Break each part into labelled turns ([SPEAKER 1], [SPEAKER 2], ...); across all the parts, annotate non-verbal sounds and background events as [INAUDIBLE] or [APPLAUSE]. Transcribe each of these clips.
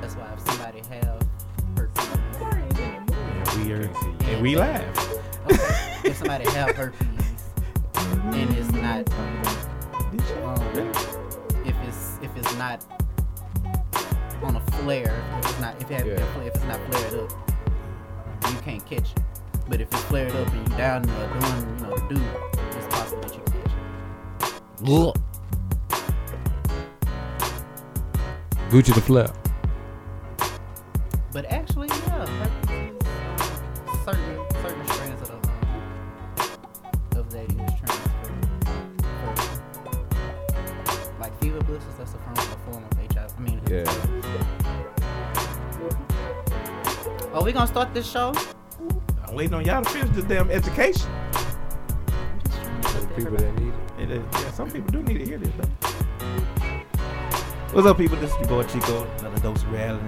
[SPEAKER 1] housewives. Somebody have her fees.
[SPEAKER 2] And we are, and we laugh.
[SPEAKER 1] Okay. if somebody have her fees, then it's not. Um, if it's if it's not on a flare, if it's not if it,
[SPEAKER 3] Yeah.
[SPEAKER 1] if, it- if it's not flared up, you can't catch it. But if it's flared up and you're down there doing, you know, the do, it's possible that you can catch it.
[SPEAKER 2] Look.
[SPEAKER 3] Gucci the flap.
[SPEAKER 1] But actually, yeah, herpes is certain certain strands of the um, of that is transferred. Like fever blisters, that's a form, a form of HIV. I mean,
[SPEAKER 3] Yeah.
[SPEAKER 1] are oh, we gonna start this show?
[SPEAKER 2] I'm waiting on y'all to finish this damn education.
[SPEAKER 1] I'm just trying to
[SPEAKER 3] For the
[SPEAKER 1] help
[SPEAKER 3] people
[SPEAKER 1] everybody.
[SPEAKER 3] that need it.
[SPEAKER 2] It is, uh, yeah, some people do need to hear this though. What's up, people? This is your boy Chico, another dose of reality,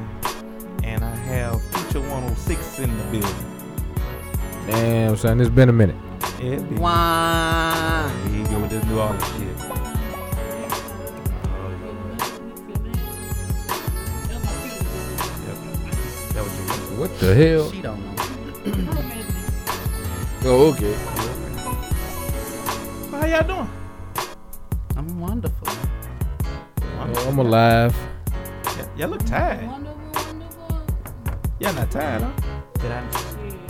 [SPEAKER 2] and I have Future 106 in the building.
[SPEAKER 3] Damn, son, it's been a minute.
[SPEAKER 2] Yeah, be-
[SPEAKER 1] Wah.
[SPEAKER 2] Here you go with this New Orleans shit. Yep. That was your record.
[SPEAKER 3] What the hell?
[SPEAKER 1] She don't know.
[SPEAKER 3] Oh, okay.
[SPEAKER 2] How y'all doing?
[SPEAKER 1] I'm wonderful.
[SPEAKER 3] Oh, I'm alive.
[SPEAKER 2] Y- y'all look tired. Y'all not tired, huh?
[SPEAKER 1] Did I?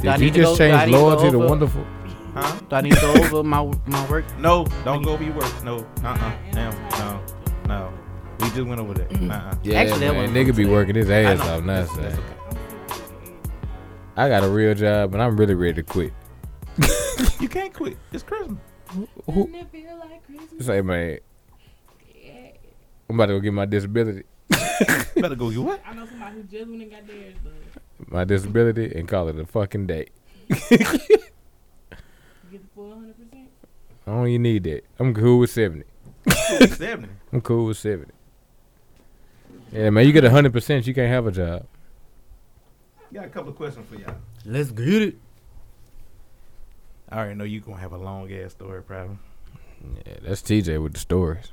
[SPEAKER 1] Do I
[SPEAKER 3] Did
[SPEAKER 1] need
[SPEAKER 3] you
[SPEAKER 1] to go-
[SPEAKER 3] just
[SPEAKER 1] do I
[SPEAKER 3] change
[SPEAKER 1] need to go
[SPEAKER 3] loyalty to
[SPEAKER 1] over-
[SPEAKER 3] wonderful?
[SPEAKER 2] Huh?
[SPEAKER 1] Do I need to [LAUGHS] go over my my work?
[SPEAKER 2] No, don't go over your work. No, uh, uh damn, no, no. We just went over there. Uh, uh
[SPEAKER 3] Yeah,
[SPEAKER 1] Actually, that
[SPEAKER 3] man,
[SPEAKER 1] wasn't
[SPEAKER 3] nigga be
[SPEAKER 1] today.
[SPEAKER 3] working his ass
[SPEAKER 2] I
[SPEAKER 3] off
[SPEAKER 2] know.
[SPEAKER 3] now,
[SPEAKER 2] That's,
[SPEAKER 3] son.
[SPEAKER 2] that's okay.
[SPEAKER 3] I got a real job, and I'm really ready to quit.
[SPEAKER 2] You can't quit. It's Christmas.
[SPEAKER 3] Who? Say, man, I'm about to go get my disability,
[SPEAKER 2] You better go get [LAUGHS] what?
[SPEAKER 4] I know somebody who just went and got theirs, but
[SPEAKER 3] my disability, and call it a fucking day.
[SPEAKER 4] get the full 100%.
[SPEAKER 3] I don't even need that. I'm cool with seventy.
[SPEAKER 2] Seventy.
[SPEAKER 3] I'm cool with seventy. Yeah, man, you get hundred percent, you can't have a job.
[SPEAKER 2] Got a couple of questions for y'all.
[SPEAKER 1] Let's get it.
[SPEAKER 2] I already know you gonna have a long ass story, probably.
[SPEAKER 3] Yeah, that's TJ with the stories.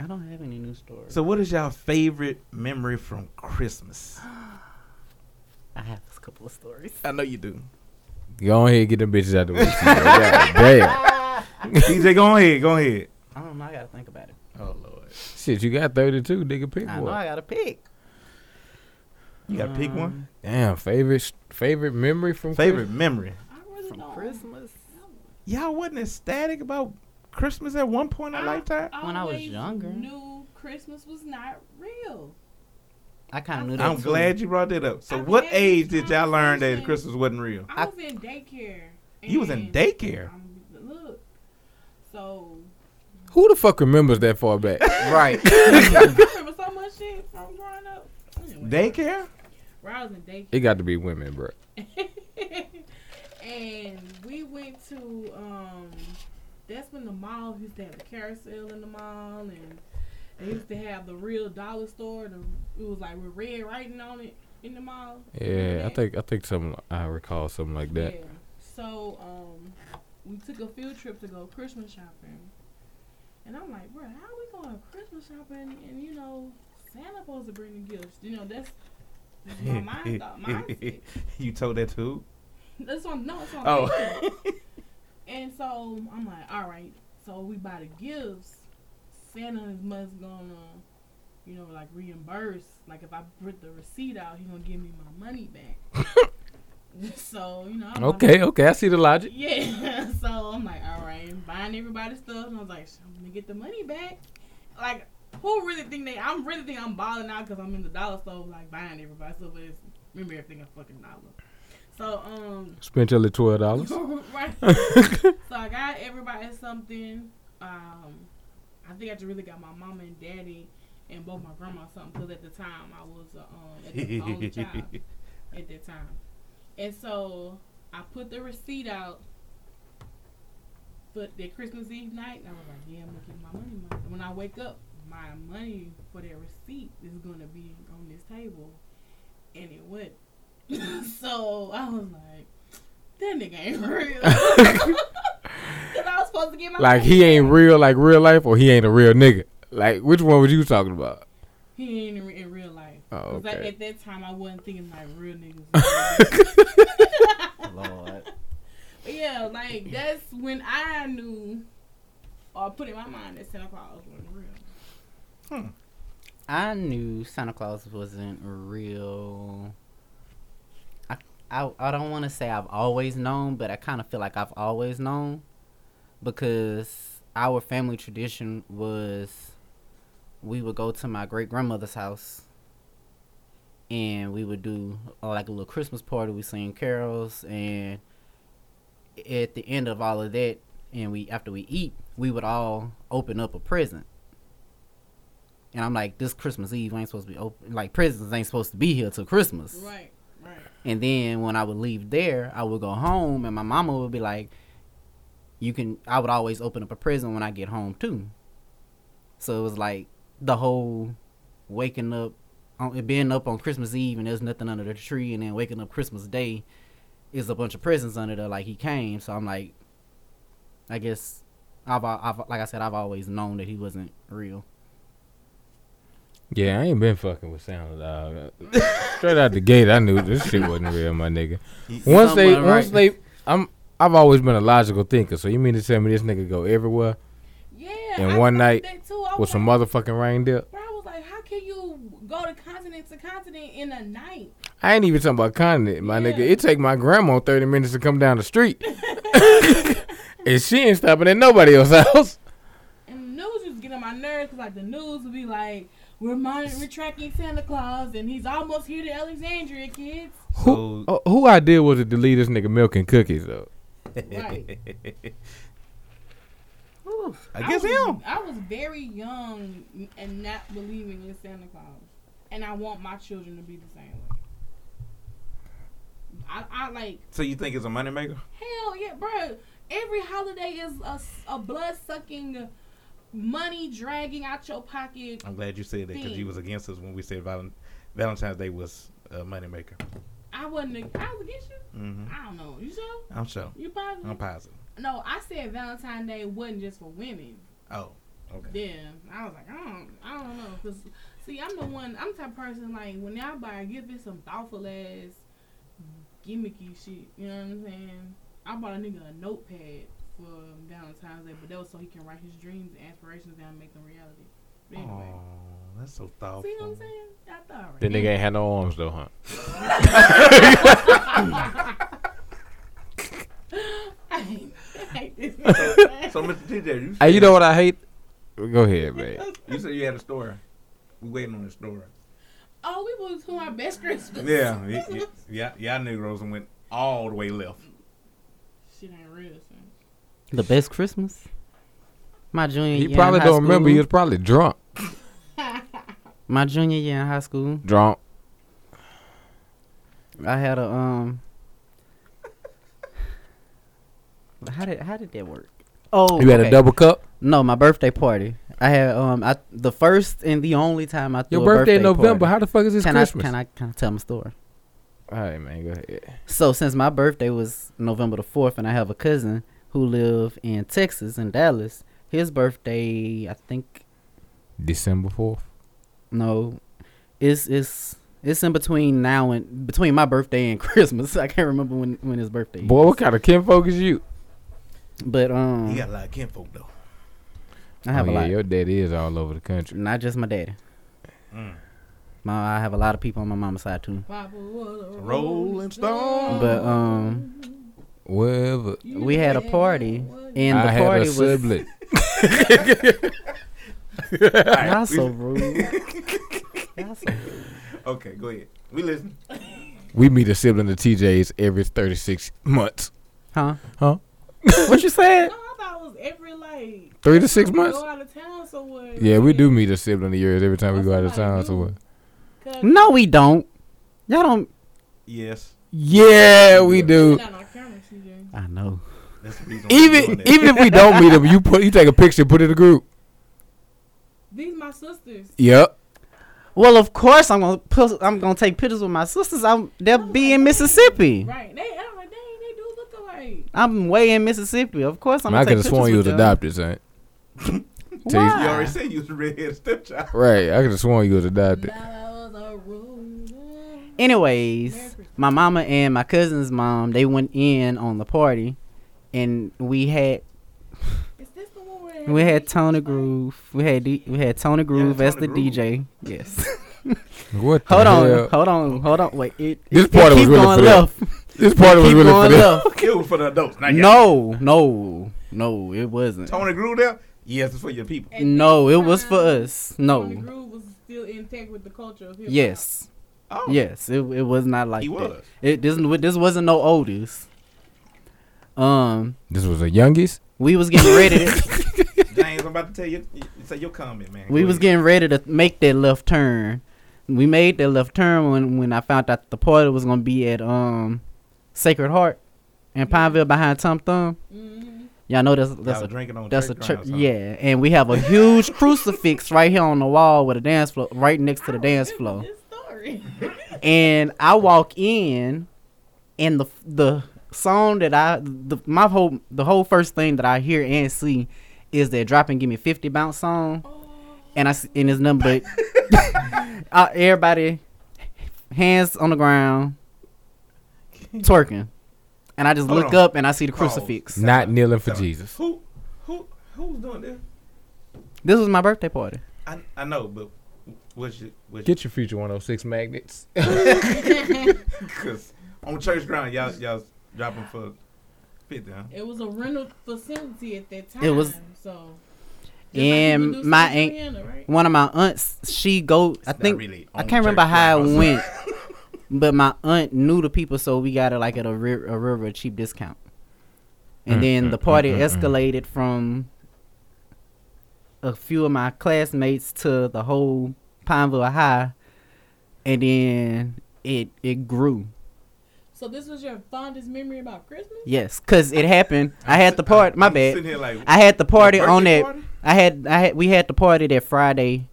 [SPEAKER 1] I don't have any new stories.
[SPEAKER 2] So, what is y'all favorite memory from Christmas?
[SPEAKER 1] I have a couple of stories.
[SPEAKER 2] I know you do.
[SPEAKER 3] Go ahead, get them bitches out the way. TJ. God damn,
[SPEAKER 2] DJ, go ahead. Go ahead.
[SPEAKER 1] I don't know. I gotta think about it.
[SPEAKER 2] Oh lord.
[SPEAKER 3] shit, you got thirty-two, nigga. Pick
[SPEAKER 1] I know
[SPEAKER 3] one.
[SPEAKER 1] I gotta pick. Um,
[SPEAKER 2] You gotta pick one.
[SPEAKER 3] Damn, favorite favorite memory from
[SPEAKER 2] Favorite memory.
[SPEAKER 4] I really
[SPEAKER 1] From
[SPEAKER 4] don't.
[SPEAKER 1] Christmas.
[SPEAKER 2] Y'all wasn't ecstatic about Christmas at one point in a lifetime.
[SPEAKER 1] When I was
[SPEAKER 4] always
[SPEAKER 1] younger.
[SPEAKER 4] knew Christmas was not real.
[SPEAKER 1] I kind of knew that.
[SPEAKER 2] I'm
[SPEAKER 1] too.
[SPEAKER 2] glad you brought that up. So,
[SPEAKER 4] I'm
[SPEAKER 2] what
[SPEAKER 4] glad
[SPEAKER 2] age
[SPEAKER 4] you
[SPEAKER 2] did y'all learn that
[SPEAKER 4] understand.
[SPEAKER 2] Christmas wasn't real?
[SPEAKER 4] I,
[SPEAKER 1] I-
[SPEAKER 4] was in daycare.
[SPEAKER 2] You was in
[SPEAKER 4] and
[SPEAKER 2] daycare.
[SPEAKER 4] I'm- Look, so [LAUGHS]
[SPEAKER 3] Who the fuck remembers that far back?
[SPEAKER 1] Right.
[SPEAKER 4] I remember so much shit from growing up. Anyway,
[SPEAKER 2] Daycare?
[SPEAKER 4] where I was in daycare.
[SPEAKER 3] It got to be women, bro.
[SPEAKER 4] [LAUGHS] and we went to um that's when the mall used to have the carousel in the mall and they used to have the real dollar store the, it was like with red writing on it in the mall
[SPEAKER 3] Yeah, I think I think some I recall something like that.
[SPEAKER 4] yeah so um we took a field trip to go christmas shopping and i'm like bro how we going christmas shopping and you know santa supposed to bring the gifts you know that's
[SPEAKER 3] [LAUGHS]
[SPEAKER 4] my mind thought mindset.
[SPEAKER 2] [LAUGHS] you told that too?
[SPEAKER 4] That's what no, that's what I'm
[SPEAKER 2] Oh.
[SPEAKER 4] saying. and so I'm like, all right. So we buy the gifts. Santa is must gonna, you know, like reimburse. Like if I put the receipt out, he gonna give me my money back. so you know. I'm like,
[SPEAKER 3] Okay, okay, I see the logic.
[SPEAKER 4] yeah. [LAUGHS] So I'm like, all right, buying everybody's stuff, and I was like, "Shit, I'm gonna get the money back. Like, who really think they? I'm really think I'm balling out because I'm in the dollar store, like buying everybody's stuff. But it's, remember everything a fucking dollar. So um,
[SPEAKER 3] Spent your little twelve dollars. [LAUGHS]
[SPEAKER 4] [LAUGHS] right. So I got everybody something. Um, I think I just really got my mama and daddy and both my grandma something because at the time I was uh, um, at
[SPEAKER 2] [LAUGHS]
[SPEAKER 4] the only child at that time. And so I put the receipt out for that Christmas Eve night, and I was like, "Yeah, I'm gonna get my money." Back. When I wake up, my money for that receipt is gonna be on this table, and it went. [LAUGHS] so I was like, "That nigga ain't [LAUGHS] real," because I was supposed to get my
[SPEAKER 3] Like
[SPEAKER 4] money
[SPEAKER 3] he
[SPEAKER 4] back.
[SPEAKER 3] ain't real, like real life, or he ain't a real nigga. Like which one was you talking about?
[SPEAKER 4] He ain't in, re- in real life.
[SPEAKER 3] Oh,
[SPEAKER 4] 'Cause, like,
[SPEAKER 3] okay.
[SPEAKER 4] at that time, I wasn't thinking like real
[SPEAKER 3] [LAUGHS]
[SPEAKER 4] niggas.
[SPEAKER 1] Lord.
[SPEAKER 4] But yeah, like that's when I knew or put in my mind that Santa Claus wasn't real.
[SPEAKER 1] I knew Santa Claus wasn't real. I I, I don't want to say I've always known, but I kind of feel like I've always known because our family tradition was we would go to my great grandmother's house and we would do uh, like a little Christmas party. We sing carols and at the end of all of that, and we after we eat, we would all open up a present. And I'm like, this Christmas Eve ain't supposed to be open. Like prisons ain't supposed to be here till Christmas.
[SPEAKER 4] Right, right.
[SPEAKER 1] And then when I would leave there, I would go home, and my mama would be like, "You can." I would always open up a present when I get home too. So it was like the whole waking up, on, it being up on Christmas Eve, and there's nothing under the tree, and then waking up Christmas Day, is a bunch of presents under there. Like he came, so I'm like, I guess I've, al- I've like I said, I've always known that he wasn't real.
[SPEAKER 3] Yeah, I ain't been fucking with Santa dog. Straight out the gate, I knew this shit wasn't real, my nigga. Once they,
[SPEAKER 1] Somewhat
[SPEAKER 3] once
[SPEAKER 1] right.
[SPEAKER 3] they, I'm, I've always been a logical thinker. So you mean to tell me this nigga go everywhere
[SPEAKER 4] Yeah.
[SPEAKER 3] And
[SPEAKER 4] I
[SPEAKER 3] one
[SPEAKER 4] thought
[SPEAKER 3] night
[SPEAKER 4] that too. I
[SPEAKER 3] with
[SPEAKER 4] was
[SPEAKER 3] some
[SPEAKER 4] like,
[SPEAKER 3] motherfucking reindeer?
[SPEAKER 4] bro, I was like, how can you go to continent to continent in a night?
[SPEAKER 3] I ain't even talking about continent, my
[SPEAKER 4] Yeah.
[SPEAKER 3] nigga. It take my grandma thirty minutes to come down the [LAUGHS] street, and she ain't stopping at nobody else's house.
[SPEAKER 4] And the news was getting on my nerves 'cause, like the news would be like, we're monitoring, we're tracking Santa Claus, and he's almost here to Alexandria, kids.
[SPEAKER 3] Who,
[SPEAKER 2] So-
[SPEAKER 3] uh, who idea was it to leave this nigga milk and cookies though?
[SPEAKER 2] [LAUGHS]
[SPEAKER 4] Right.
[SPEAKER 2] I guess
[SPEAKER 4] was,
[SPEAKER 2] him.
[SPEAKER 4] I was very young and not believing in Santa Claus, and I want my children to be the same way. I, I like
[SPEAKER 2] So you think it's a moneymaker?
[SPEAKER 4] hell yeah, bro. Every holiday is a, blood sucking, money dragging out your pocket.
[SPEAKER 2] I'm glad you said that because you
[SPEAKER 4] Thing.
[SPEAKER 2] was against us when we said Valen- Valentine's Day was a moneymaker.
[SPEAKER 4] I wasn't. I was against you.
[SPEAKER 2] Mm-hmm.
[SPEAKER 4] I don't know. You sure?
[SPEAKER 2] I'm sure.
[SPEAKER 4] You positive?
[SPEAKER 2] I'm positive.
[SPEAKER 4] no, I said Valentine's Day wasn't just for women.
[SPEAKER 2] Oh, okay.
[SPEAKER 4] Yeah, I was like, I don't, I don't know, cause see, I'm the one, I'm the type of person like when I buy a gift, it's some thoughtful ass, gimmicky shit. You know what I'm saying? I bought a nigga a notepad for Valentine's Day, but that was so he can write his dreams and aspirations down and make them reality. But anyway,
[SPEAKER 2] Oh, that's so thoughtful.
[SPEAKER 4] see what I'm saying? I thought
[SPEAKER 3] The
[SPEAKER 4] right.
[SPEAKER 3] nigga ain't had no arms though, huh?
[SPEAKER 4] [LAUGHS] I hate, I hate
[SPEAKER 1] [LAUGHS]
[SPEAKER 4] this. nigga,
[SPEAKER 2] So,
[SPEAKER 4] man.
[SPEAKER 2] Mr. TJ, you,
[SPEAKER 3] Hey, you know what I hate? Go ahead, man.
[SPEAKER 2] you said you had a story. We waiting on the story.
[SPEAKER 4] oh, we was to our best Christmas.
[SPEAKER 2] Yeah,
[SPEAKER 4] [LAUGHS]
[SPEAKER 2] y- y- yeah, y'all Negroes and went all the way left.
[SPEAKER 4] Shit ain't real, son.
[SPEAKER 1] The best Christmas. My junior
[SPEAKER 3] He
[SPEAKER 1] year. in
[SPEAKER 3] probably
[SPEAKER 1] high
[SPEAKER 3] don't remember.
[SPEAKER 1] school-
[SPEAKER 3] He was probably drunk,
[SPEAKER 1] my junior year in high school,
[SPEAKER 3] drunk.
[SPEAKER 1] I had a um. [LAUGHS] How did how did that work? Oh,
[SPEAKER 3] You had a
[SPEAKER 1] okay.
[SPEAKER 3] double cup.
[SPEAKER 1] No, my birthday party. I had um, I the first and the only time I threw
[SPEAKER 3] Your
[SPEAKER 1] a
[SPEAKER 3] birthday in
[SPEAKER 1] party.
[SPEAKER 3] November. How the fuck is this
[SPEAKER 1] can
[SPEAKER 3] Christmas?
[SPEAKER 1] I can I can I tell my story?
[SPEAKER 3] All right, man, go ahead.
[SPEAKER 1] So since my birthday was November the fourth, and I have a cousin who live in Texas in Dallas. His birthday, I think,
[SPEAKER 3] December fourth.
[SPEAKER 1] no, it's it's it's in between now and between my birthday and [LAUGHS] Christmas. I can't remember when when his birthday. is.
[SPEAKER 3] Boy, what kind of kinfolk is you?
[SPEAKER 1] But um,
[SPEAKER 2] He got a lot of kinfolk though.
[SPEAKER 1] I have
[SPEAKER 3] oh,
[SPEAKER 1] a
[SPEAKER 3] yeah,
[SPEAKER 1] lot.
[SPEAKER 3] your daddy is all over the country.
[SPEAKER 1] Not just my daddy.
[SPEAKER 2] Mm.
[SPEAKER 1] My I have a lot of people on my mama's side too.
[SPEAKER 4] Papa was a
[SPEAKER 2] Rolling Stone.
[SPEAKER 1] But um,
[SPEAKER 3] [LAUGHS] Wherever.
[SPEAKER 1] we had a party, and the
[SPEAKER 3] I had
[SPEAKER 1] party
[SPEAKER 3] a
[SPEAKER 1] was
[SPEAKER 3] sibling.
[SPEAKER 1] y'all
[SPEAKER 3] [LAUGHS]
[SPEAKER 1] so rude. Y'all so-
[SPEAKER 2] Okay, go ahead. We listen.
[SPEAKER 3] we meet a sibling of TJ's every 36 months.
[SPEAKER 1] huh?
[SPEAKER 3] Huh?
[SPEAKER 1] What you
[SPEAKER 4] No,
[SPEAKER 1] said?
[SPEAKER 4] I thought it was every like
[SPEAKER 3] Three to six months?
[SPEAKER 4] Go out of town somewhere.
[SPEAKER 3] Yeah, we do meet a sibling of yours every time we go out of town. So what?
[SPEAKER 4] Cause
[SPEAKER 1] No, we don't. Y'all don't.
[SPEAKER 2] Yes, Yeah.
[SPEAKER 3] Yeah, we
[SPEAKER 4] we
[SPEAKER 3] do.
[SPEAKER 4] not on camera, CJ.
[SPEAKER 1] I know.
[SPEAKER 2] that's the reason. why we doing
[SPEAKER 3] Even
[SPEAKER 2] that.
[SPEAKER 3] even if we don't meet them, you put you take a picture, put it in the group.
[SPEAKER 4] These my sisters.
[SPEAKER 3] Yep.
[SPEAKER 1] Well, of course I'm gonna put, I'm gonna take pictures with my sisters. I'm they'll
[SPEAKER 4] I'm
[SPEAKER 1] be
[SPEAKER 4] like,
[SPEAKER 1] in
[SPEAKER 4] dang.
[SPEAKER 1] Mississippi.
[SPEAKER 4] Right. They I'm like, dang, they do look alike.
[SPEAKER 1] I'm way in Mississippi. Of course I'm.
[SPEAKER 3] Man, I
[SPEAKER 1] gonna
[SPEAKER 3] could
[SPEAKER 1] take
[SPEAKER 3] have
[SPEAKER 1] pictures
[SPEAKER 3] sworn
[SPEAKER 1] [LAUGHS]
[SPEAKER 3] you
[SPEAKER 1] with
[SPEAKER 3] was
[SPEAKER 1] y'all.
[SPEAKER 3] adopted, son. Till you-
[SPEAKER 2] You
[SPEAKER 4] Why?
[SPEAKER 2] already said you was a redheaded stepchild.
[SPEAKER 3] Right. I could have sworn you was adopted.
[SPEAKER 4] Love a room.
[SPEAKER 1] Anyways, my mama and my cousin's mom, they went in on the party, and we had
[SPEAKER 4] Is this the one where
[SPEAKER 1] we had Tony Groove, we had D, we had Tony Groove as
[SPEAKER 2] Tony
[SPEAKER 1] the
[SPEAKER 2] Groove.
[SPEAKER 1] DJ.
[SPEAKER 3] [LAUGHS]
[SPEAKER 1] Yes.
[SPEAKER 3] What the
[SPEAKER 1] hold on,
[SPEAKER 3] hell?
[SPEAKER 1] hold on, hold on. Wait, it,
[SPEAKER 3] This
[SPEAKER 1] it, it
[SPEAKER 3] party was
[SPEAKER 1] keep
[SPEAKER 3] really
[SPEAKER 1] going
[SPEAKER 3] for them.
[SPEAKER 1] left.
[SPEAKER 3] This party was
[SPEAKER 1] keep
[SPEAKER 3] really for
[SPEAKER 1] going
[SPEAKER 3] them.
[SPEAKER 1] left.
[SPEAKER 2] It was for the adults. [LAUGHS] Not y'all.
[SPEAKER 1] No, no, no, it wasn't.
[SPEAKER 2] Tony grew there? Yes, it's for your people.
[SPEAKER 4] At
[SPEAKER 1] No,
[SPEAKER 4] this
[SPEAKER 1] it was for
[SPEAKER 4] time,
[SPEAKER 1] us.
[SPEAKER 4] Tony
[SPEAKER 1] No.
[SPEAKER 4] Groove was still intact with the culture of hip hop.
[SPEAKER 1] Yes.
[SPEAKER 2] Oh.
[SPEAKER 1] Yes. It it was not like
[SPEAKER 2] He
[SPEAKER 1] that.
[SPEAKER 2] was.
[SPEAKER 1] It this this wasn't no oldies. Um,
[SPEAKER 3] This was the youngest.
[SPEAKER 1] we was getting ready.
[SPEAKER 2] [LAUGHS]
[SPEAKER 1] To,
[SPEAKER 2] James, I'm about to tell you, you say your comment, man.
[SPEAKER 1] we
[SPEAKER 2] Go
[SPEAKER 1] was
[SPEAKER 2] ahead.
[SPEAKER 1] getting ready to make that left turn. We made that left turn when when I found out the party was gonna be at um Sacred Heart in Pineville behind Tom Thumb.
[SPEAKER 4] Mhm.
[SPEAKER 1] Y'all know that's
[SPEAKER 2] Y'all
[SPEAKER 1] that's
[SPEAKER 2] were
[SPEAKER 1] a
[SPEAKER 2] drinking on
[SPEAKER 1] that's a
[SPEAKER 2] church
[SPEAKER 1] church.
[SPEAKER 2] grounds, huh?
[SPEAKER 1] Yeah, and we have a huge
[SPEAKER 2] [LAUGHS]
[SPEAKER 1] crucifix right here on the wall with a dance floor right next to the
[SPEAKER 4] I
[SPEAKER 1] dance floor.
[SPEAKER 4] remember This story.
[SPEAKER 1] and I walk in, and the the song that I the my whole the whole first thing that I hear and see is that drop and give me fifty bounce song, and I s- and it's number. [LAUGHS] uh, everybody, hands on the ground, twerking, and I just
[SPEAKER 2] Hold
[SPEAKER 1] look
[SPEAKER 2] on.
[SPEAKER 1] up and I see the
[SPEAKER 2] Pause.
[SPEAKER 1] crucifix.
[SPEAKER 2] Nah.
[SPEAKER 3] Not kneeling for
[SPEAKER 2] Now,
[SPEAKER 3] Jesus.
[SPEAKER 2] Who, who, who's doing this?
[SPEAKER 1] This was my birthday party.
[SPEAKER 2] I, I know, but what's your, what's
[SPEAKER 3] Get your future 106 magnets.
[SPEAKER 1] [LAUGHS]
[SPEAKER 4] [LAUGHS]
[SPEAKER 3] [LAUGHS]
[SPEAKER 2] Cause on church ground, y'all y'all dropping for fifty. Huh?
[SPEAKER 4] it was a rental facility at that time.
[SPEAKER 1] It was-
[SPEAKER 4] so.
[SPEAKER 1] And
[SPEAKER 4] people do
[SPEAKER 1] my
[SPEAKER 4] Santa
[SPEAKER 1] aunt-
[SPEAKER 4] Ana, right?
[SPEAKER 1] One of my aunts, she go. I
[SPEAKER 2] It's not
[SPEAKER 1] think
[SPEAKER 2] really
[SPEAKER 1] I
[SPEAKER 2] on
[SPEAKER 1] can't remember
[SPEAKER 2] church
[SPEAKER 1] how it
[SPEAKER 2] grounds.
[SPEAKER 1] went, but my aunt knew the people, so we got it like at a, re- a real, real cheap discount. And
[SPEAKER 3] Mm,
[SPEAKER 1] then
[SPEAKER 3] mm,
[SPEAKER 1] the party
[SPEAKER 3] mm, mm, mm.
[SPEAKER 1] escalated from a few of my classmates to the whole Pineville High, and then it it grew.
[SPEAKER 4] So this was your fondest memory about Christmas?
[SPEAKER 1] Yes, cause it happened. I had the part.
[SPEAKER 2] [LAUGHS]
[SPEAKER 1] My
[SPEAKER 2] I'm
[SPEAKER 1] bad.
[SPEAKER 2] Sitting here like
[SPEAKER 1] I had the party
[SPEAKER 2] "Your
[SPEAKER 1] on
[SPEAKER 2] birthday
[SPEAKER 1] that. [LAUGHS]
[SPEAKER 2] party?"
[SPEAKER 1] I had I had we had the party that Friday.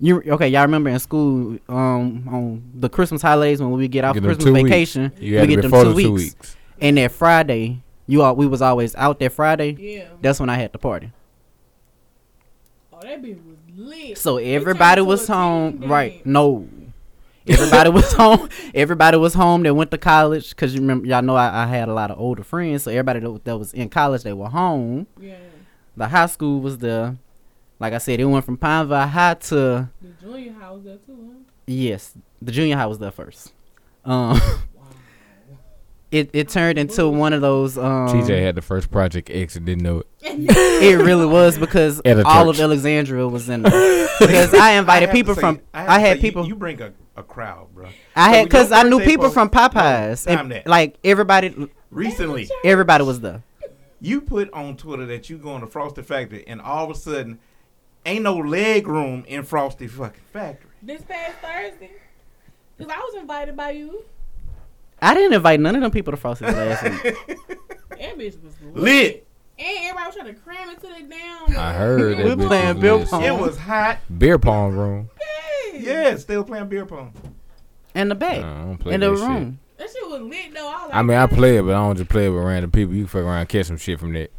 [SPEAKER 1] You okay? Y'all remember in school um on the Christmas holidays when we get off
[SPEAKER 3] Get them
[SPEAKER 1] Christmas
[SPEAKER 3] two weeks.
[SPEAKER 1] vacation,
[SPEAKER 3] You had
[SPEAKER 1] we
[SPEAKER 3] it
[SPEAKER 1] get them
[SPEAKER 3] before
[SPEAKER 1] two
[SPEAKER 3] the
[SPEAKER 1] weeks.
[SPEAKER 3] two weeks.
[SPEAKER 1] And that Friday, you all we was always out that Friday.
[SPEAKER 4] Yeah.
[SPEAKER 1] That's when I had the party.
[SPEAKER 4] oh, that bitch was lit.
[SPEAKER 1] So
[SPEAKER 4] turned
[SPEAKER 1] everybody
[SPEAKER 4] to a
[SPEAKER 1] was
[SPEAKER 4] team
[SPEAKER 1] home.
[SPEAKER 4] game.
[SPEAKER 1] Right? No. Everybody was [LAUGHS] home. Everybody was home. That went to college because you remember y'all know I, I had a lot of older friends. So everybody that, that was in college, they were home.
[SPEAKER 4] Yeah.
[SPEAKER 1] The high school was the, like I said, it went from Pineville High to
[SPEAKER 4] The junior high was there too,
[SPEAKER 1] Yes, the junior high was there first. Um, [LAUGHS]
[SPEAKER 4] huh? Wow.
[SPEAKER 1] it it turned into one of those. Um,
[SPEAKER 3] TJ had the first Project X and didn't know
[SPEAKER 1] [LAUGHS]
[SPEAKER 3] it. [LAUGHS]
[SPEAKER 1] It really was because
[SPEAKER 3] At a
[SPEAKER 1] all
[SPEAKER 3] church.
[SPEAKER 1] of Alexandria was in there. because
[SPEAKER 2] [LAUGHS]
[SPEAKER 1] I
[SPEAKER 2] have
[SPEAKER 1] invited
[SPEAKER 2] to
[SPEAKER 1] people
[SPEAKER 2] say-
[SPEAKER 1] from.
[SPEAKER 2] have
[SPEAKER 1] I
[SPEAKER 2] to
[SPEAKER 1] had
[SPEAKER 2] say,
[SPEAKER 1] people.
[SPEAKER 2] You, you bring a, a crowd, bro.
[SPEAKER 1] I had
[SPEAKER 2] so your
[SPEAKER 1] because I knew
[SPEAKER 2] birthday
[SPEAKER 1] people from
[SPEAKER 2] party-
[SPEAKER 1] Popeyes
[SPEAKER 2] No, time
[SPEAKER 1] and
[SPEAKER 2] that.
[SPEAKER 1] like everybody.
[SPEAKER 4] [LAUGHS]
[SPEAKER 2] Recently,
[SPEAKER 1] Everybody was there.
[SPEAKER 2] you put on Twitter that you going to Frosty Factory, and all of a sudden, ain't no leg room in Frosty fucking Factory.
[SPEAKER 4] This past Thursday. Because I was invited by you.
[SPEAKER 1] I didn't invite none of them people to Frosty last
[SPEAKER 3] [LAUGHS]
[SPEAKER 1] week.
[SPEAKER 2] [LAUGHS]
[SPEAKER 4] That bitch was lit.
[SPEAKER 2] Lit.
[SPEAKER 4] And everybody was trying to cram into the damn.
[SPEAKER 3] I heard
[SPEAKER 1] We
[SPEAKER 4] [LAUGHS]
[SPEAKER 3] that. bitch
[SPEAKER 1] playing
[SPEAKER 3] was
[SPEAKER 1] beer
[SPEAKER 3] lit.
[SPEAKER 1] pong.
[SPEAKER 2] It was hot.
[SPEAKER 3] Beer pong room.
[SPEAKER 4] Hey.
[SPEAKER 2] Yeah, still playing beer pong.
[SPEAKER 1] in the
[SPEAKER 3] Nah, I
[SPEAKER 1] back,
[SPEAKER 3] don't play
[SPEAKER 1] in the
[SPEAKER 3] that shit.
[SPEAKER 1] room.
[SPEAKER 4] That shit was lit though. I, was
[SPEAKER 3] I mean, I
[SPEAKER 4] like,
[SPEAKER 3] play it, but I don't just play it with random people. You fuck around, and catch some shit from that.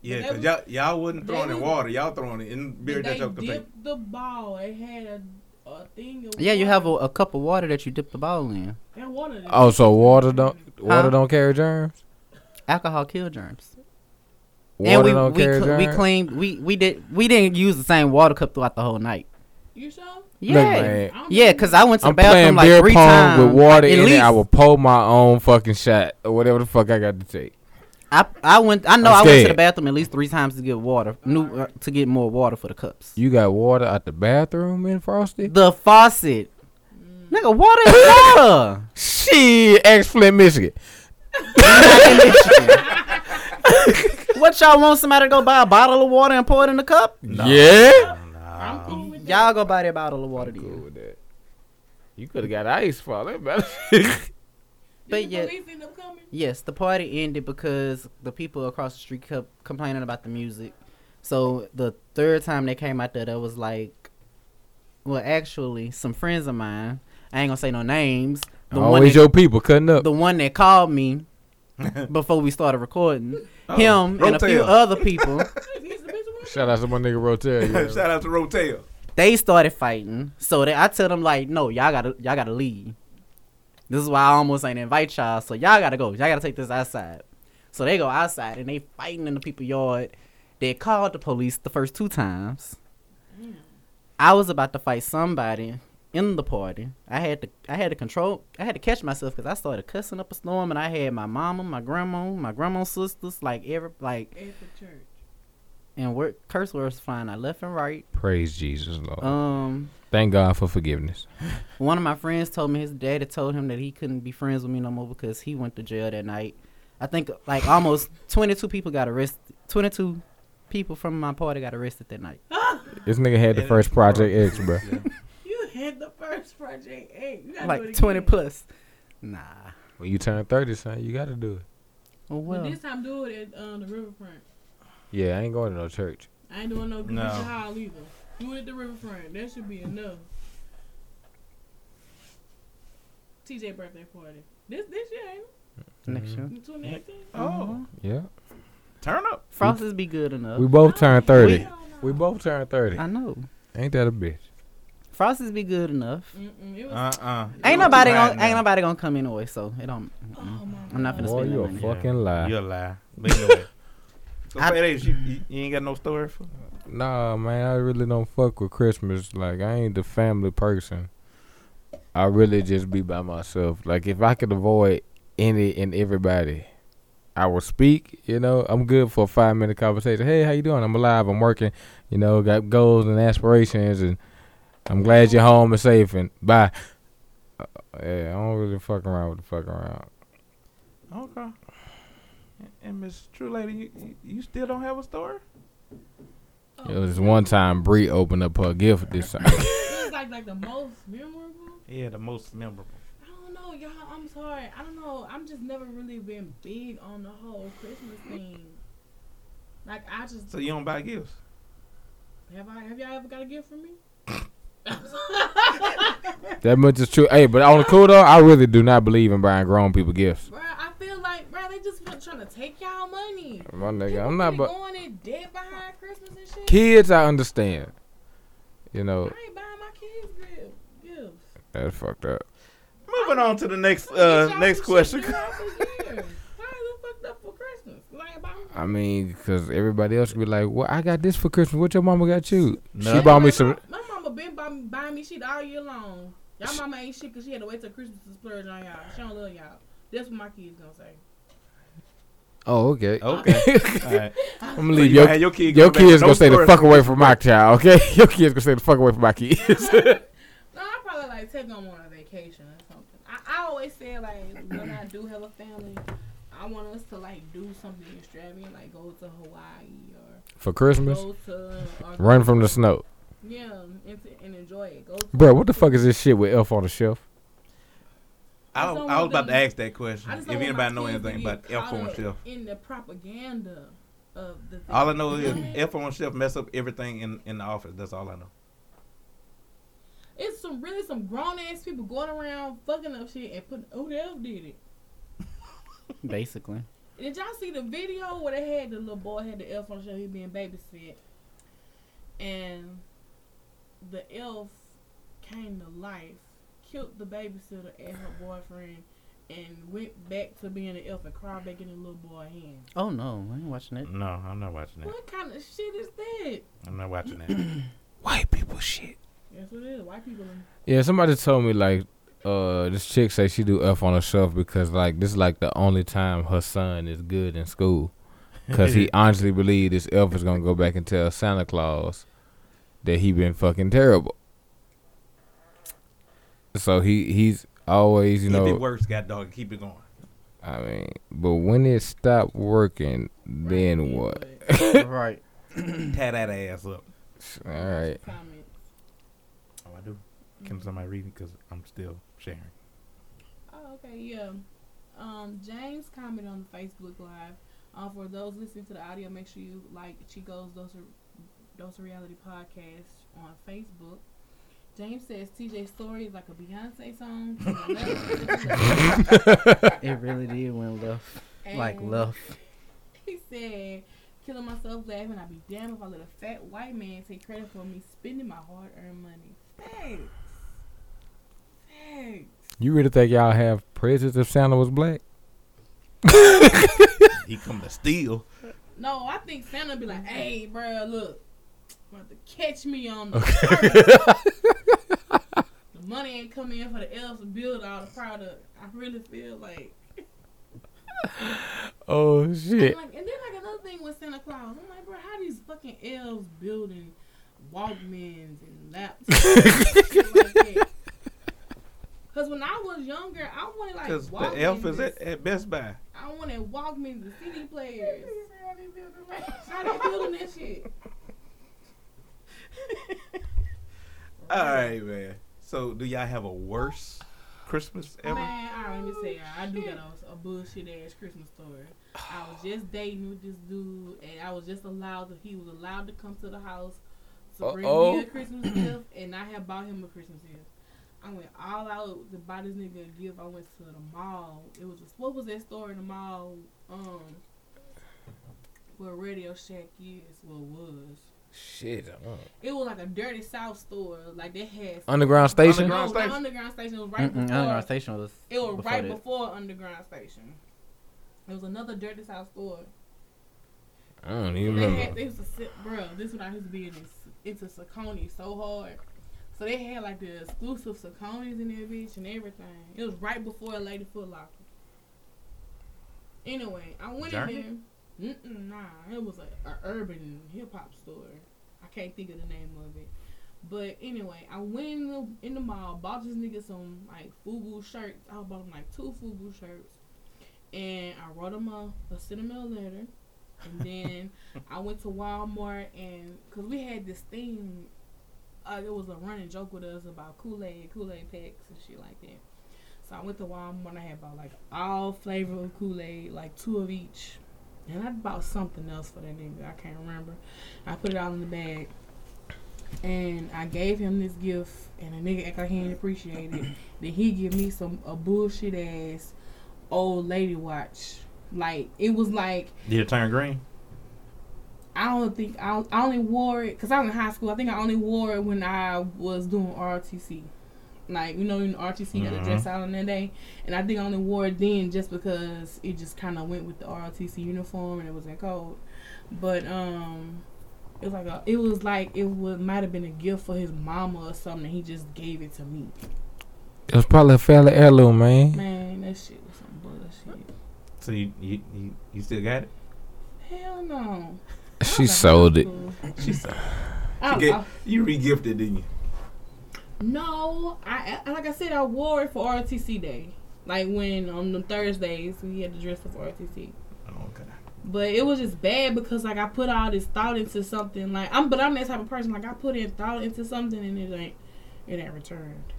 [SPEAKER 2] Yeah,
[SPEAKER 4] They
[SPEAKER 2] because
[SPEAKER 4] was-
[SPEAKER 2] y'all, y'all wasn't
[SPEAKER 4] they
[SPEAKER 2] throwing in
[SPEAKER 4] was-
[SPEAKER 2] water. Y'all throwing it in beer
[SPEAKER 4] Did
[SPEAKER 2] that
[SPEAKER 4] they
[SPEAKER 2] y'all could take.
[SPEAKER 4] dipped the ball. It had a, a thing. Of
[SPEAKER 1] Yeah, you have a,
[SPEAKER 4] water.
[SPEAKER 1] a cup of water that you dip the ball in.
[SPEAKER 4] That water. that-
[SPEAKER 3] Oh, so water don't water
[SPEAKER 1] Huh?
[SPEAKER 3] don't carry germs.
[SPEAKER 1] Alcohol kill germs.
[SPEAKER 3] Water
[SPEAKER 1] and we
[SPEAKER 3] don't
[SPEAKER 1] we,
[SPEAKER 3] carry
[SPEAKER 1] cl- we
[SPEAKER 3] germs?
[SPEAKER 1] cleaned we we did we didn't use the same water cup throughout the whole night.
[SPEAKER 4] You sure?
[SPEAKER 1] Yeah,
[SPEAKER 3] Look, man,
[SPEAKER 4] I don't
[SPEAKER 1] yeah,
[SPEAKER 4] think-
[SPEAKER 1] cause I went to the
[SPEAKER 3] I'm
[SPEAKER 1] bathroom
[SPEAKER 3] playing
[SPEAKER 1] like
[SPEAKER 3] beer
[SPEAKER 1] three
[SPEAKER 3] pong
[SPEAKER 1] times.
[SPEAKER 3] with water
[SPEAKER 1] At
[SPEAKER 3] in it.
[SPEAKER 1] least.
[SPEAKER 3] I will pull my own fucking shot or whatever the fuck I got to take.
[SPEAKER 1] I, I went. I know I
[SPEAKER 3] I'm
[SPEAKER 1] went to the
[SPEAKER 3] scared.
[SPEAKER 1] bathroom at least three times to get water, new uh, to get more water for the cups.
[SPEAKER 3] You got water at the bathroom in Frosty?
[SPEAKER 1] the faucet, nigga, water
[SPEAKER 3] [LAUGHS]
[SPEAKER 1] is water.
[SPEAKER 3] Shit, ex Flint, Michigan.
[SPEAKER 1] what y'all want somebody to go buy a bottle of water and pour it in a cup?
[SPEAKER 3] Yeah.
[SPEAKER 4] I'm cool with
[SPEAKER 1] Y'all
[SPEAKER 4] that.
[SPEAKER 1] go buy that bottle of water. Then.
[SPEAKER 3] You could have got ice for that
[SPEAKER 1] but
[SPEAKER 4] Did the
[SPEAKER 1] yeah.
[SPEAKER 4] police end up coming?
[SPEAKER 1] Yes, the party ended because the people across the street kept complaining about the music. So the third time they came out there, there was like, well, actually, some friends of mine. I ain't gonna say no names. The one,
[SPEAKER 3] Always
[SPEAKER 1] that,
[SPEAKER 3] your people cutting up.
[SPEAKER 1] the one that called me
[SPEAKER 2] Oh,
[SPEAKER 1] before we started recording, [LAUGHS] him and a few
[SPEAKER 2] Rotel.
[SPEAKER 1] other people.
[SPEAKER 4] Is the bitch
[SPEAKER 3] Shout out to my nigga
[SPEAKER 2] [LAUGHS]
[SPEAKER 3] Rotel. yeah.
[SPEAKER 2] Shout out to Rotel.
[SPEAKER 1] They started fighting, so they, I tell them like, no, y'all gotta y'all gotta leave. This is why I almost ain't invite y'all. So y'all gotta go. Y'all gotta take this outside. So they go outside and they fighting in the people yard. They called the police the first two times. I was about to fight somebody in the party. I had to I had to control I had to catch myself because I started cussing up a storm and I had my mama, my grandma, my grandma's sisters, like every like
[SPEAKER 4] At the church.
[SPEAKER 1] and word curse words flying out left and right.
[SPEAKER 3] Praise Jesus, Lord.
[SPEAKER 1] Um
[SPEAKER 3] Thank God for forgiveness.
[SPEAKER 1] One of my friends told me his daddy told him that he couldn't be friends with me no more because he went to jail that night. I think like almost 22 people got arrested. 22 people from my party got arrested that night.
[SPEAKER 3] This nigga had the
[SPEAKER 2] Yeah,
[SPEAKER 3] first
[SPEAKER 2] that's right.
[SPEAKER 3] Project X, bro.
[SPEAKER 4] You had the first project eight. You gotta do
[SPEAKER 1] Like
[SPEAKER 4] it
[SPEAKER 1] 20
[SPEAKER 4] again.
[SPEAKER 1] plus. Nah.
[SPEAKER 3] When you turn 30, son, you gotta do it.
[SPEAKER 1] Oh,
[SPEAKER 4] But
[SPEAKER 1] well.
[SPEAKER 4] this time, do it at um, the riverfront.
[SPEAKER 3] Yeah, I ain't going to no church.
[SPEAKER 4] I ain't doing no good
[SPEAKER 2] No.
[SPEAKER 4] hall either. Do it at the riverfront. That should be enough. TJ birthday party. This this year ain't
[SPEAKER 1] Next year.
[SPEAKER 4] it? 2018.
[SPEAKER 2] Oh,
[SPEAKER 3] Yeah.
[SPEAKER 2] turn up.
[SPEAKER 1] Frosties be good enough.
[SPEAKER 3] We both
[SPEAKER 4] Oh,
[SPEAKER 3] turned 30.
[SPEAKER 4] Hell no.
[SPEAKER 3] We both turned 30.
[SPEAKER 1] I know.
[SPEAKER 3] Ain't that a bitch?
[SPEAKER 1] Frosties be good enough.
[SPEAKER 4] Mm-mm, it was.
[SPEAKER 2] Uh uh
[SPEAKER 1] Ain't nobody gonna, ain't nobody gonna come anyway, so it don't.
[SPEAKER 4] oh my
[SPEAKER 1] I'm not finna
[SPEAKER 3] Boy,
[SPEAKER 1] spend
[SPEAKER 3] you
[SPEAKER 1] that
[SPEAKER 3] a
[SPEAKER 1] money.
[SPEAKER 3] fucking lie.
[SPEAKER 2] You a lie. But anyway. So
[SPEAKER 1] I-
[SPEAKER 2] say this, you, you, you ain't got no story for
[SPEAKER 3] Nah, man, I really don't fuck with Christmas. Like, I ain't the family person. I really just be by myself. Like, if I could avoid any and everybody, I will speak. You know, I'm good for a five minute conversation. Hey, how you doing? I'm alive. I'm working. You know, got goals and aspirations, and I'm glad you're home and safe. And bye. Uh, yeah, I don't really fuck around with the fuck around.
[SPEAKER 2] Okay. And Miss True Lady, you, you- you still don't have a story?
[SPEAKER 4] God.
[SPEAKER 3] It was one time Bree opened up her gift this time.
[SPEAKER 4] It was like like the most memorable.
[SPEAKER 2] Yeah, the most memorable.
[SPEAKER 4] I don't know, y'all. I'm sorry. I don't know. I'm just never really been big on the whole Christmas thing. Like I just
[SPEAKER 2] So you don't buy gifts.
[SPEAKER 4] have I have y'all ever got a gift from me? [LAUGHS]
[SPEAKER 3] That much is true. Hey, but on the cool though, I really do not believe in buying grown people gifts.
[SPEAKER 4] Bruh, I feel like bruh, they just been trying to take y'all money.
[SPEAKER 3] My nigga,
[SPEAKER 4] People
[SPEAKER 3] I'm not.
[SPEAKER 4] be
[SPEAKER 3] Bu-
[SPEAKER 4] going in dead behind Christmas and shit.
[SPEAKER 3] kids, I understand. You
[SPEAKER 4] I
[SPEAKER 3] know
[SPEAKER 4] ain't buying my kids gift- gifts.
[SPEAKER 3] that's fucked up.
[SPEAKER 2] Moving on to the next
[SPEAKER 4] I get
[SPEAKER 2] uh
[SPEAKER 4] y'all
[SPEAKER 2] next
[SPEAKER 4] some
[SPEAKER 2] question.
[SPEAKER 4] shit throughout
[SPEAKER 2] [LAUGHS]
[SPEAKER 4] the year. Why is it fucked up for Christmas? Like, buy me-
[SPEAKER 3] I mean, because everybody else would be like, "Well, I got this for Christmas. What your mama got you?" She
[SPEAKER 2] Nothing.
[SPEAKER 3] bought
[SPEAKER 4] my
[SPEAKER 3] me some.
[SPEAKER 4] mom- My mama been buy me, buying me shit all year long. Y'all mama ain't shit because she had to wait till Christmas to splurge on y'all. She don't love y'all. That's what my kids gonna say.
[SPEAKER 3] Oh, okay.
[SPEAKER 2] [LAUGHS] Okay.
[SPEAKER 3] [LAUGHS]
[SPEAKER 2] All [LAUGHS] right.
[SPEAKER 3] I'm gonna leave your
[SPEAKER 2] your kid
[SPEAKER 3] your
[SPEAKER 2] come back with
[SPEAKER 3] kids
[SPEAKER 2] no
[SPEAKER 3] gonna stay the
[SPEAKER 2] story.
[SPEAKER 3] fuck away from my child. Okay, [LAUGHS] your kids gonna stay the fuck away from
[SPEAKER 2] [LAUGHS]
[SPEAKER 3] my kids.
[SPEAKER 4] No, I probably like take them on a vacation or something. I, I always say like when I do have a family, I want us to like do something extravagant, like go to Hawaii or
[SPEAKER 3] for Christmas,
[SPEAKER 4] go to or,
[SPEAKER 3] run from the snow,
[SPEAKER 4] yeah and, to, and enjoy it. Go to,
[SPEAKER 3] bro. What the fuck is this shit with Elf on the Shelf?
[SPEAKER 2] I,
[SPEAKER 4] I just don't
[SPEAKER 2] I was
[SPEAKER 4] want
[SPEAKER 2] about to
[SPEAKER 4] them-
[SPEAKER 2] ask that question.
[SPEAKER 4] I just
[SPEAKER 2] If
[SPEAKER 4] don't want my
[SPEAKER 2] anybody know
[SPEAKER 4] kids to
[SPEAKER 2] anything
[SPEAKER 4] get
[SPEAKER 2] about F
[SPEAKER 4] caught
[SPEAKER 2] on
[SPEAKER 4] up
[SPEAKER 2] shelf,
[SPEAKER 4] in the propaganda of the. Thing.
[SPEAKER 2] all I know
[SPEAKER 4] [LAUGHS]
[SPEAKER 2] is
[SPEAKER 4] Yeah.
[SPEAKER 2] F on shelf mess up everything in in the office. That's all I know.
[SPEAKER 4] It's some really some grown ass people going around fucking up shit and putting who the hell did it.
[SPEAKER 1] Basically.
[SPEAKER 4] Did y'all see the video where they had the little boy had the elf on the show he being babysat and the elf came to life, killed the babysitter and her boyfriend and went back to being an elf and crawled back in the little boy's hand.
[SPEAKER 1] Oh no, I ain't watching it.
[SPEAKER 2] No, I'm not watching that.
[SPEAKER 4] What kind of shit is that?
[SPEAKER 2] I'm not watching that.
[SPEAKER 3] White people shit.
[SPEAKER 4] That's what it is. White people
[SPEAKER 3] Yeah, somebody told me like uh this chick say she do F on herself because like this is like the only time her son is good in [LAUGHS] school. Cause he honestly believed this elf is gonna go back and tell Santa Claus that he been fucking terrible. So he he's always, you
[SPEAKER 2] if it
[SPEAKER 3] know
[SPEAKER 2] works, got dog, keep it going.
[SPEAKER 3] I mean but when it stopped working, then what?
[SPEAKER 1] [LAUGHS] right.
[SPEAKER 2] Tie that ass up.
[SPEAKER 3] All right.
[SPEAKER 4] Comment.
[SPEAKER 2] Oh, I do. Can somebody read it? Cause I'm still sharing.
[SPEAKER 4] Oh, okay, yeah. Um, James commented on the Facebook Live. Um, for those listening to the audio, make sure you like Chico's Dose of, Dose of Reality podcast on Facebook. James says TJ's story is like a Beyonce song. from the left to the right.
[SPEAKER 1] It really did win left. Like
[SPEAKER 4] And
[SPEAKER 1] left.
[SPEAKER 4] He said killing myself laughing. I'd be damned if I let a fat white man take credit for me spending my hard earned money. Thanks. Thanks.
[SPEAKER 3] You really think y'all have prejudice if Santa was black?
[SPEAKER 2] He come to steal.
[SPEAKER 4] No, I think Santa be like, hey, bro, look, you have to catch me on the product." The money ain't come in for the elves to build all the product. I really feel like.
[SPEAKER 3] Oh
[SPEAKER 4] And,
[SPEAKER 3] shit.
[SPEAKER 4] like, and then like another thing with Santa Claus, I'm like, bro, how these fucking elves building Walkmans and laptops? shit like that? Cause when I was younger, I wanted like
[SPEAKER 2] Cause
[SPEAKER 4] Walkmans.
[SPEAKER 2] the elf is at, at Best Buy.
[SPEAKER 4] I wanted Walkmans and CD players. how they building that shit?
[SPEAKER 2] All right, man. So, do y'all have a worse Christmas ever?
[SPEAKER 4] Man, all right, let me say, I do got a, a bullshit ass Christmas story. I was just dating with this dude, and I was just allowed to, he was allowed to come to the house to bring
[SPEAKER 3] Uh-oh.
[SPEAKER 4] me a Christmas gift, and I had bought him a Christmas gift. I went all out to buy this nigga a gift. I went to the mall. It was what was that store in the mall? Um, where Radio Shack is, what was.
[SPEAKER 3] Shit. uh,
[SPEAKER 4] It was like a dirty South store, like they had.
[SPEAKER 3] Underground station.
[SPEAKER 4] no,
[SPEAKER 2] Underground
[SPEAKER 4] not
[SPEAKER 2] Station.
[SPEAKER 4] underground station. It was right
[SPEAKER 1] Mm-mm,
[SPEAKER 4] before.
[SPEAKER 1] Underground Station was.
[SPEAKER 4] It was
[SPEAKER 1] before
[SPEAKER 4] right
[SPEAKER 1] that.
[SPEAKER 4] before Underground Station. It was another Dirty South store.
[SPEAKER 3] I don't even
[SPEAKER 4] They had,
[SPEAKER 3] remember.
[SPEAKER 4] they used to sit, bro. This when I used to be in this, into Saucony so hard. So they had like the exclusive Sauconys in their bitch and everything. It was right before Lady Foot Locker. Anyway, I went
[SPEAKER 1] Journey?
[SPEAKER 4] in there. Mm-mm, nah, it was a, a urban hip hop store. I can't think of the name of it. But anyway, I went in the, in the mall, bought this nigga some like FUBU shirts. I bought him like two FUBU shirts, and I wrote him a, a sentimental letter. And then I went to Walmart and because we had this thing, uh, it was a running joke with us about Kool Aid, Kool Aid packs and shit like that. So I went to Walmart and I had bought like all flavor of Kool Aid, like two of each, and I bought something else for that nigga. I can't remember. I put it all in the bag. And I gave him this gift, and the nigga act like he didn't appreciate it. then he give me some a bullshit ass old lady watch. Like it was like
[SPEAKER 2] Did it turn green?
[SPEAKER 4] I don't think I, I only wore it because I was in high school. I think I only wore it when I was doing ROTC. Like you know, in ROTC you got
[SPEAKER 2] Mhm.
[SPEAKER 4] a dress out on that day, and I think I only wore it then just because it just kind of went with the ROTC uniform and it wasn't cold. But um, it was like a, it was like it would might have been a gift for his mama or something. And he just gave it to me.
[SPEAKER 3] It was probably a fella heirloom, man.
[SPEAKER 4] Man, that shit was some bullshit.
[SPEAKER 2] So you you, you, you still got it?
[SPEAKER 4] Hell no. I
[SPEAKER 3] She
[SPEAKER 4] was in
[SPEAKER 3] sold
[SPEAKER 4] high
[SPEAKER 3] it.
[SPEAKER 4] school.
[SPEAKER 2] She said
[SPEAKER 4] I was- I-
[SPEAKER 2] you regifted, didn't you?
[SPEAKER 4] No, I, I like I said, I wore it for RTC day. Like when on the Thursdays we had to dress up for RTC.
[SPEAKER 2] Oh, okay.
[SPEAKER 4] But it was just bad because like I put all this thought into something. Like I'm, but I'm that type of person. Like I put in thought into something and it ain't, it ain't returned.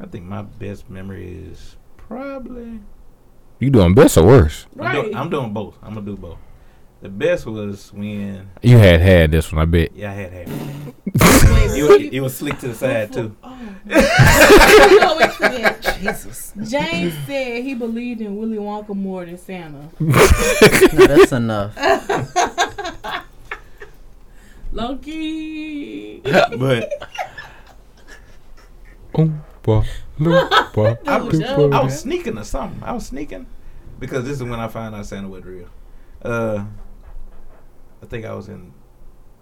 [SPEAKER 2] I think my best memory is probably.
[SPEAKER 3] You doing best or worse?
[SPEAKER 2] I'm,
[SPEAKER 4] Right.
[SPEAKER 2] doing, I'm doing both. I'm gonna do both. The best was when
[SPEAKER 3] You had had this one, I bet.
[SPEAKER 2] yeah, I
[SPEAKER 4] [LAUGHS]
[SPEAKER 2] had hair.
[SPEAKER 4] Wait,
[SPEAKER 2] It, was- it was slick to the
[SPEAKER 4] [LAUGHS]
[SPEAKER 2] side too.
[SPEAKER 4] Oh, my God. Wait for this.
[SPEAKER 2] [LAUGHS]
[SPEAKER 1] Jesus.
[SPEAKER 4] James said he believed in Willy Wonka more than Santa.
[SPEAKER 1] [LAUGHS] no, that's enough.
[SPEAKER 4] Loki.
[SPEAKER 2] but
[SPEAKER 3] Oompa, loompa,
[SPEAKER 2] [LAUGHS] I was-
[SPEAKER 3] doopa.
[SPEAKER 2] I was sneaking or something. I was sneaking because this is when I found out Santa wasn't real. Uh, I think I was in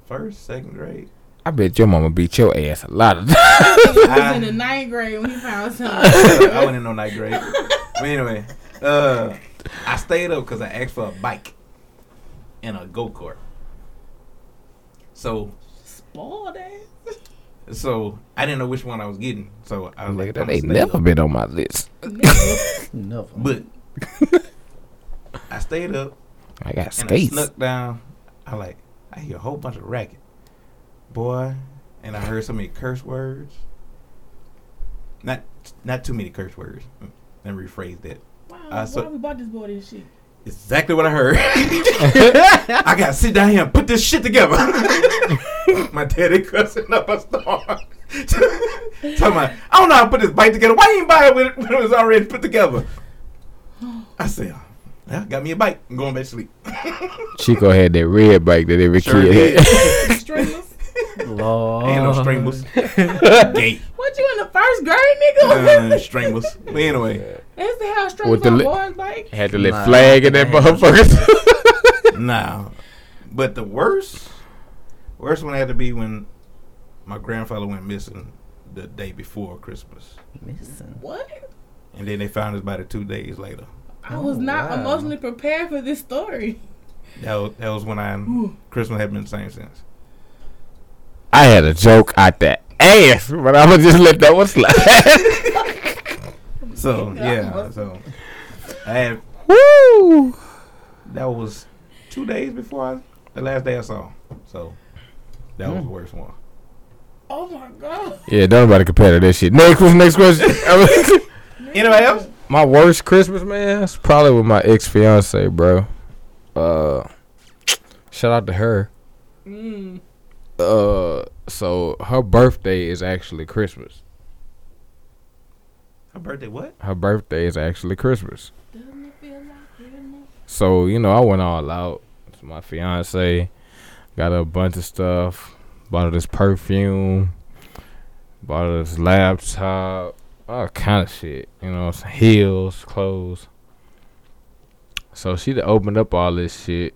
[SPEAKER 2] first, second
[SPEAKER 4] [LAUGHS]
[SPEAKER 2] grade.
[SPEAKER 3] I bet your mama beat your ass a lot of times.
[SPEAKER 4] He was in the ninth grade when he found Santa.
[SPEAKER 2] [LAUGHS] I
[SPEAKER 4] [LAUGHS]
[SPEAKER 2] wasn't in no night grade. But anyway, uh, I stayed up because I asked for a bike and a go kart. So,
[SPEAKER 4] Spoiled ass.
[SPEAKER 2] so I didn't know which one I was getting. So I was
[SPEAKER 3] Nigga,
[SPEAKER 2] like,
[SPEAKER 3] that
[SPEAKER 2] "I'ma
[SPEAKER 3] ain't
[SPEAKER 2] stay
[SPEAKER 3] never
[SPEAKER 2] up."
[SPEAKER 3] been on my list.
[SPEAKER 1] Never.
[SPEAKER 2] But
[SPEAKER 3] [LAUGHS]
[SPEAKER 2] I stayed up
[SPEAKER 3] I got
[SPEAKER 2] and I
[SPEAKER 3] skates.
[SPEAKER 2] snuck down. I like I hear a whole bunch of racket, boy, and I heard so many curse words. Not not too many curse words. Let me rephrase that.
[SPEAKER 4] Wow,
[SPEAKER 2] I saw-
[SPEAKER 4] why we bought this boy this shit?
[SPEAKER 2] Exactly what I [LAUGHS] heard. I gotta sit down here and put this shit together. [LAUGHS] My daddy cussing up a storm. [LAUGHS] Talking about, I don't know how to put this bike together. Why you ain't buy it when it, when it was already put together? I said, I got me a bike. I'm going back to sleep. [LAUGHS]
[SPEAKER 3] Chico had that red bike that every
[SPEAKER 2] Sure
[SPEAKER 3] kid
[SPEAKER 2] did.
[SPEAKER 3] had.
[SPEAKER 4] Stringless.
[SPEAKER 1] Lord.
[SPEAKER 2] [LAUGHS] Ain't no [LAUGHS] stranglers. Gay.
[SPEAKER 4] [LAUGHS] What you in the first grade, nigga?
[SPEAKER 2] [LAUGHS]
[SPEAKER 4] [LAUGHS]
[SPEAKER 2] Uh, stranglers. But anyway,
[SPEAKER 4] That's the how
[SPEAKER 3] With
[SPEAKER 4] stranglers
[SPEAKER 3] the
[SPEAKER 4] on
[SPEAKER 3] li-
[SPEAKER 4] boys bike.
[SPEAKER 3] [LAUGHS] Had the little
[SPEAKER 1] Nah,
[SPEAKER 3] flag in that
[SPEAKER 1] man.
[SPEAKER 3] motherfucker. [LAUGHS]
[SPEAKER 2] nah. But the worst, worst one had to be when my grandfather went missing the day before Christmas,
[SPEAKER 1] Missing.
[SPEAKER 4] What?
[SPEAKER 2] and then they found his body two days later.
[SPEAKER 4] I
[SPEAKER 1] Oh,
[SPEAKER 4] was not
[SPEAKER 1] wow.
[SPEAKER 4] emotionally prepared for this story.
[SPEAKER 2] That was, that was when I Christmas had been the same since.
[SPEAKER 3] I had a joke out that ass, but I'ma just let that one slide. [LAUGHS]
[SPEAKER 2] So
[SPEAKER 4] Yeah.
[SPEAKER 2] yeah, so I had
[SPEAKER 3] Woo!
[SPEAKER 2] that was two days before I, the last day I saw. him. So that was
[SPEAKER 1] Hmm.
[SPEAKER 2] the worst one.
[SPEAKER 4] Oh my god.
[SPEAKER 3] Yeah, don't nobody compare to that shit. Next question, next question. [LAUGHS]
[SPEAKER 2] Anybody else?
[SPEAKER 3] my worst Christmas, man, is probably with my ex fiance, bro. Uh, shout out to her.
[SPEAKER 4] Mm.
[SPEAKER 3] Uh, so her birthday is actually Christmas.
[SPEAKER 2] Her birthday what?
[SPEAKER 3] Her birthday is actually Christmas.
[SPEAKER 4] Doesn't it feel like Christmas?
[SPEAKER 3] So you know, I went all out. It's my fiance. Got her a bunch of stuff. Bought her this perfume. Bought her this laptop. All kind of shit. You know, some heels, clothes. So she done opened up all this shit.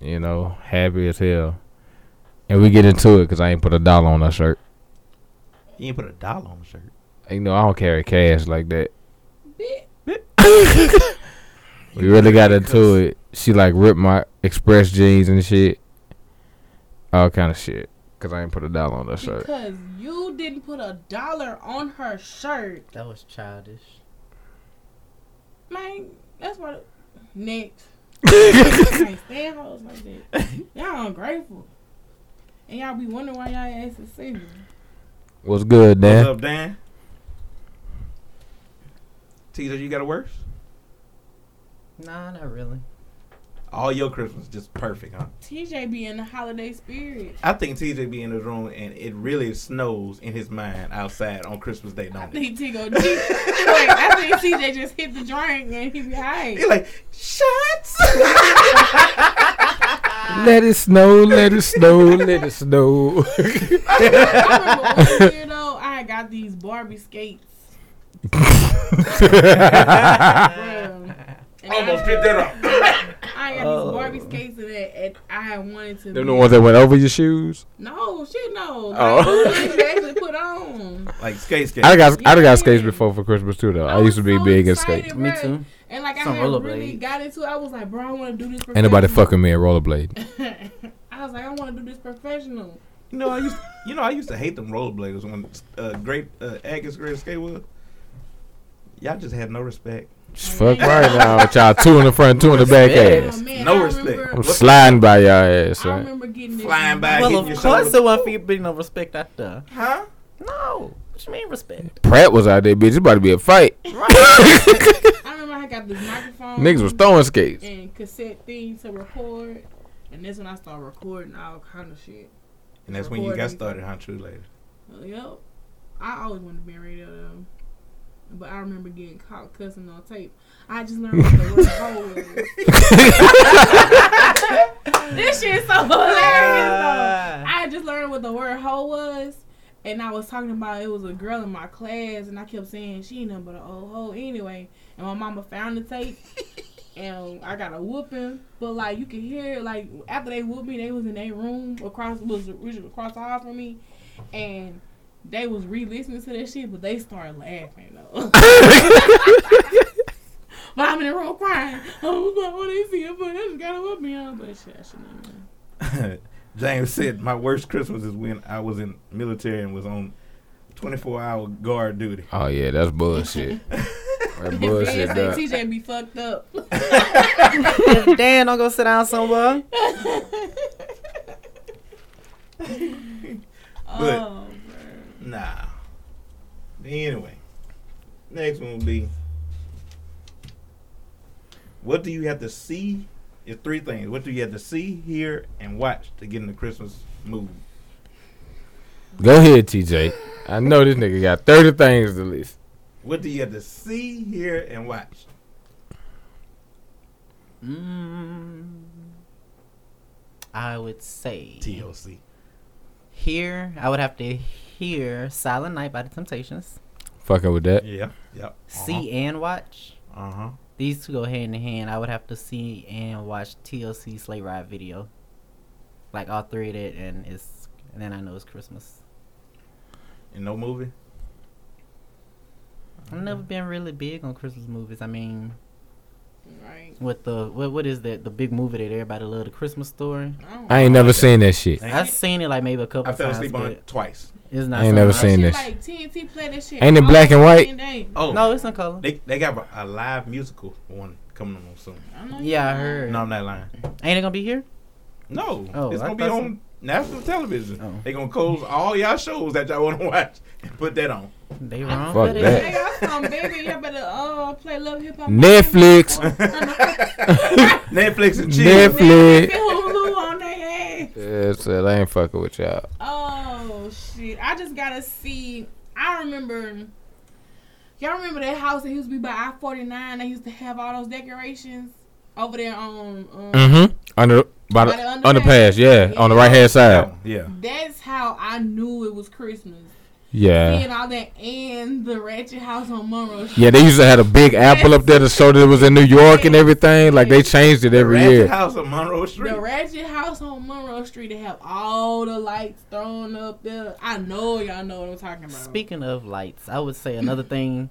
[SPEAKER 3] You know, happy as hell. And we get into it because I ain't put a dollar on her shirt.
[SPEAKER 2] You ain't put a dollar on the shirt.
[SPEAKER 3] You know, I don't carry cash like that.
[SPEAKER 4] Bitch.
[SPEAKER 3] We really got into it. She like ripped my express jeans and shit. All kind of shit. Cause I ain't put a dollar on that shirt.
[SPEAKER 4] Because you didn't put a dollar on her shirt.
[SPEAKER 1] That was childish.
[SPEAKER 4] Man, that's why.
[SPEAKER 3] [LAUGHS]
[SPEAKER 4] Next. I can't stand hoes like that. Y'all ungrateful. And y'all be wondering why y'all ass is single.
[SPEAKER 3] What's good,
[SPEAKER 2] What's
[SPEAKER 3] Dan?
[SPEAKER 2] up, Dan? Teaser, you got a worse?
[SPEAKER 1] Nah, not really.
[SPEAKER 2] All your Christmas just perfect, huh?
[SPEAKER 4] TJ be in the holiday spirit.
[SPEAKER 2] I think TJ be in his room and it really snows in his mind outside on Christmas Day,
[SPEAKER 4] I
[SPEAKER 2] don't
[SPEAKER 4] [LAUGHS]
[SPEAKER 2] it?
[SPEAKER 4] think T go G. like, I think TJ just hit the drink and he be
[SPEAKER 2] He
[SPEAKER 3] [LAUGHS]
[SPEAKER 4] high.
[SPEAKER 2] like, shots!
[SPEAKER 3] Let it snow, let it snow, let it snow.
[SPEAKER 4] I remember one year though, I got these Barbie skates. bruh. And
[SPEAKER 2] Almost
[SPEAKER 4] I-
[SPEAKER 2] picked that up.
[SPEAKER 4] I got
[SPEAKER 1] Oh.
[SPEAKER 4] these Barbie skates and, that, and I wanted to. be-
[SPEAKER 3] Them the ones that went over your shoes.
[SPEAKER 4] No, shit, no. Like,
[SPEAKER 3] Oh.
[SPEAKER 4] the ones you actually put on.
[SPEAKER 2] Like, skate, skate.
[SPEAKER 3] I got I done got skates
[SPEAKER 4] Yeah.
[SPEAKER 3] before for Christmas too though.
[SPEAKER 4] I
[SPEAKER 3] I used
[SPEAKER 4] was
[SPEAKER 3] to be
[SPEAKER 4] so
[SPEAKER 3] big in
[SPEAKER 4] excited.
[SPEAKER 3] skates.
[SPEAKER 1] Me
[SPEAKER 4] Right.
[SPEAKER 1] too.
[SPEAKER 4] And like I
[SPEAKER 1] Some
[SPEAKER 4] had
[SPEAKER 1] rollerblades.
[SPEAKER 4] really got into it. I was like, bro, I want to do this.
[SPEAKER 3] Ain't nobody
[SPEAKER 4] professional.
[SPEAKER 3] fucking me at rollerblade.
[SPEAKER 4] [LAUGHS] I was like, I want to do this professional.
[SPEAKER 2] You know, I used you know I used to hate them rollerbladers when uh, great uh, Agus Great Skate was. Y'all just had no respect.
[SPEAKER 3] Just fuck right now with y'all two in the front, two in the back
[SPEAKER 1] Respect.
[SPEAKER 3] ass.
[SPEAKER 4] Oh, man,
[SPEAKER 2] No
[SPEAKER 4] I
[SPEAKER 2] respect.
[SPEAKER 4] Remember,
[SPEAKER 3] I'm sliding by y'all ass.
[SPEAKER 4] I
[SPEAKER 3] son.
[SPEAKER 4] remember getting this
[SPEAKER 2] Flying back.
[SPEAKER 1] Well,
[SPEAKER 2] hitting
[SPEAKER 1] of
[SPEAKER 2] your
[SPEAKER 1] course
[SPEAKER 2] shoulder.
[SPEAKER 1] it wasn't for you being no respect out there.
[SPEAKER 2] [LAUGHS] Huh?
[SPEAKER 1] No. What you mean respect?
[SPEAKER 3] Pratt was out there, bitch. It's about to be a fight.
[SPEAKER 4] I remember I got this microphone.
[SPEAKER 3] Niggas was throwing skates.
[SPEAKER 4] and cassette thing to record. And that's when I started recording all kind of shit.
[SPEAKER 2] And that's when you got started, huh? True later.
[SPEAKER 4] Yep. I always wanted to be in radio though. But I remember getting caught cussing on tape. I just learned what the word [LAUGHS] hoe was. [LAUGHS] This shit's so hilarious though.
[SPEAKER 1] Ah.
[SPEAKER 4] I just learned what the word hoe was. And I was talking about it was a girl in my class, and I kept saying she ain't nothing but an old hoe anyway. And my mama found the tape, and I got a whooping. But like you can hear, like after they whooped me, they was in their room across was was across the hall from me, and they was re-listening to that shit, but they started laughing though. but I'm in the room crying. I was like, oh, they see it, but they just gotta whoop me on. But shit, I shouldn't have.
[SPEAKER 2] [LAUGHS] James said my worst Christmas is when I was in military and was on twenty four hour guard duty.
[SPEAKER 3] [LAUGHS] Oh yeah, that's bullshit. [LAUGHS] that bullshit.
[SPEAKER 4] Yeah,
[SPEAKER 3] dog.
[SPEAKER 4] TJ be fucked up.
[SPEAKER 1] [LAUGHS]
[SPEAKER 4] [LAUGHS]
[SPEAKER 1] if Dan don't go sit down somewhere,
[SPEAKER 4] Oh,
[SPEAKER 2] Nah. Anyway, next one will be. What do you have to see? It's three things. What do you have to see, hear, and watch to get in the Christmas mood?
[SPEAKER 3] Go ahead, TJ. I know this nigga got thirty things to list.
[SPEAKER 2] What do you have to see, hear, and watch?
[SPEAKER 1] Mm, I would say
[SPEAKER 2] TLC.
[SPEAKER 1] Here, I would have to hear "Silent Night" by the Temptations.
[SPEAKER 3] Fucking with that.
[SPEAKER 2] Yep. Yep.
[SPEAKER 1] See and watch.
[SPEAKER 2] Uh huh.
[SPEAKER 1] These two go hand in hand. I would have to see and watch TLC Slay Ride video, like all three of it, and it's and then I know it's Christmas.
[SPEAKER 2] And no movie.
[SPEAKER 1] I've never been really big on Christmas movies. I mean,
[SPEAKER 4] Right.
[SPEAKER 1] with the what what is that the big movie that everybody loved, the Christmas story?
[SPEAKER 4] don't
[SPEAKER 3] I ain't
[SPEAKER 4] know.
[SPEAKER 3] never seen that shit.
[SPEAKER 1] I've seen it like maybe a couple
[SPEAKER 2] I fell
[SPEAKER 1] times.
[SPEAKER 2] asleep on
[SPEAKER 1] but
[SPEAKER 2] it twice.
[SPEAKER 1] It's not.
[SPEAKER 3] I ain't never
[SPEAKER 1] something
[SPEAKER 3] seen
[SPEAKER 1] I-
[SPEAKER 4] That
[SPEAKER 3] this.
[SPEAKER 4] shit, Like TNT play that shit.
[SPEAKER 3] Ain't it
[SPEAKER 4] all
[SPEAKER 3] black and white?
[SPEAKER 4] fucking day.
[SPEAKER 2] Oh,
[SPEAKER 1] No, it's in color.
[SPEAKER 2] they they got a- a live musical one coming on soon.
[SPEAKER 4] I know you
[SPEAKER 1] Yeah, I
[SPEAKER 4] lying.
[SPEAKER 1] heard.
[SPEAKER 2] No, I'm not lying.
[SPEAKER 1] Ain't it gonna be here?
[SPEAKER 2] No,
[SPEAKER 1] Oh,
[SPEAKER 2] it's
[SPEAKER 1] I
[SPEAKER 2] gonna be
[SPEAKER 1] thought so.
[SPEAKER 2] on national television.
[SPEAKER 1] Oh.
[SPEAKER 2] They gonna close all y'all shows that y'all want to [LAUGHS] watch and put
[SPEAKER 4] [LAUGHS]
[SPEAKER 2] that on.
[SPEAKER 1] They wrong.
[SPEAKER 3] Fuck
[SPEAKER 1] for
[SPEAKER 4] Hey,
[SPEAKER 3] that.
[SPEAKER 4] y'all some baby, y'all better uh, play Love Hip Hop.
[SPEAKER 3] Netflix.
[SPEAKER 4] [LAUGHS]
[SPEAKER 2] Netflix and chill.
[SPEAKER 4] Netflix.
[SPEAKER 3] Netflix.
[SPEAKER 4] Hulu on their ass.
[SPEAKER 3] Yeah, so I ain't fucking with y'all.
[SPEAKER 4] Oh shit! I just gotta see. I remember. Y'all remember that house that used to be by I forty nine? They used to have all those decorations over there on. Um,
[SPEAKER 3] Mm-hmm. Under by the
[SPEAKER 4] By the
[SPEAKER 3] underpass, yeah, on the right hand
[SPEAKER 2] That
[SPEAKER 3] side.
[SPEAKER 2] one, yeah.
[SPEAKER 4] That's how I knew it was Christmas.
[SPEAKER 3] Yeah.
[SPEAKER 4] Seeing all that and the ratchet house on Monroe.
[SPEAKER 3] Yeah, they used to have a big apple up there to show that it was in New York and everything. Like they changed it every
[SPEAKER 2] Ratchet
[SPEAKER 3] year.
[SPEAKER 2] House on Monroe Street.
[SPEAKER 4] The ratchet house on Monroe Street. They have all the lights thrown up there. I know y'all know what I'm talking about.
[SPEAKER 1] Speaking of lights, I would say another thing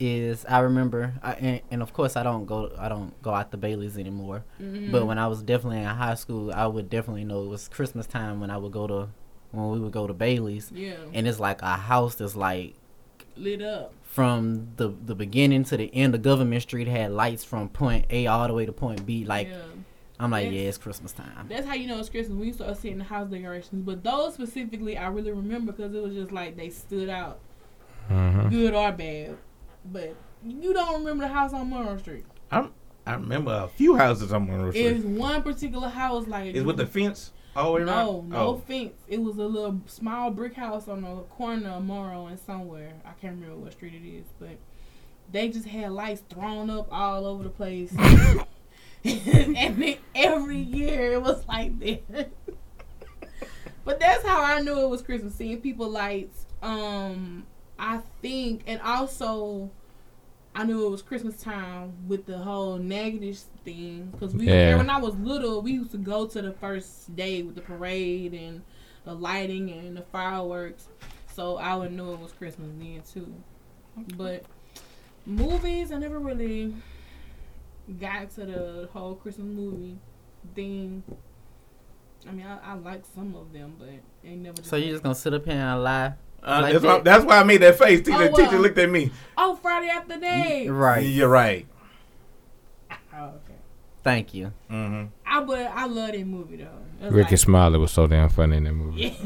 [SPEAKER 1] is I remember, I, and, and of course I don't go, I don't go out to Bailey's anymore.
[SPEAKER 4] Mhm.
[SPEAKER 1] But when I was definitely in high school, I would definitely know it was Christmas time when I would go to, when we would go to Bailey's,
[SPEAKER 4] yeah,
[SPEAKER 1] and it's like a house that's like
[SPEAKER 4] lit up.
[SPEAKER 1] from the the beginning to the end of Government Street had lights from point A all the way to point B. Like
[SPEAKER 4] yeah.
[SPEAKER 1] I'm like,
[SPEAKER 4] That's-
[SPEAKER 1] yeah, it's Christmas time.
[SPEAKER 4] That's how you know it's Christmas. We start seeing the house decorations, but those specifically I really remember because it was just like they stood out,
[SPEAKER 3] Mm-hmm.
[SPEAKER 4] good or bad. But you don't remember the house on Monroe Street.
[SPEAKER 2] I remember a few houses on Monroe Street.
[SPEAKER 4] It's one particular house like
[SPEAKER 2] Is
[SPEAKER 4] [LAUGHS]
[SPEAKER 2] with the fence all the way around?
[SPEAKER 4] no, no
[SPEAKER 2] Oh.
[SPEAKER 4] fence. It was a little small brick house on the corner of Morrow and somewhere. I can't remember what street it is, but they just had lights thrown up all over the
[SPEAKER 2] [LAUGHS]
[SPEAKER 4] place. [LAUGHS] and then every year it was like that. but that's how I knew it was Christmas. Seeing people lights. Um, I think, and also. I knew it was Christmas time with the whole negative thing because we
[SPEAKER 3] Yeah.
[SPEAKER 4] when I was little we used to go to the first day with the parade and the lighting and the fireworks, so I would know it was Christmas then too. But movies, I never really got to the whole Christmas movie thing. I mean, I, I like some of them, but ain't never.
[SPEAKER 1] So you just gonna sit up here and lie?
[SPEAKER 2] Uh,
[SPEAKER 1] Like
[SPEAKER 2] that's, why,
[SPEAKER 1] that.
[SPEAKER 2] that's why I made that face. Teacher,
[SPEAKER 4] Oh, well.
[SPEAKER 2] teacher looked at me.
[SPEAKER 4] oh Friday after day.
[SPEAKER 1] Right.
[SPEAKER 2] You're right.
[SPEAKER 4] Oh, okay.
[SPEAKER 1] Thank you.
[SPEAKER 2] Mm-hmm.
[SPEAKER 4] I but I love that movie though. It's
[SPEAKER 3] Ricky
[SPEAKER 4] like-
[SPEAKER 3] Smiley was so damn funny in that movie.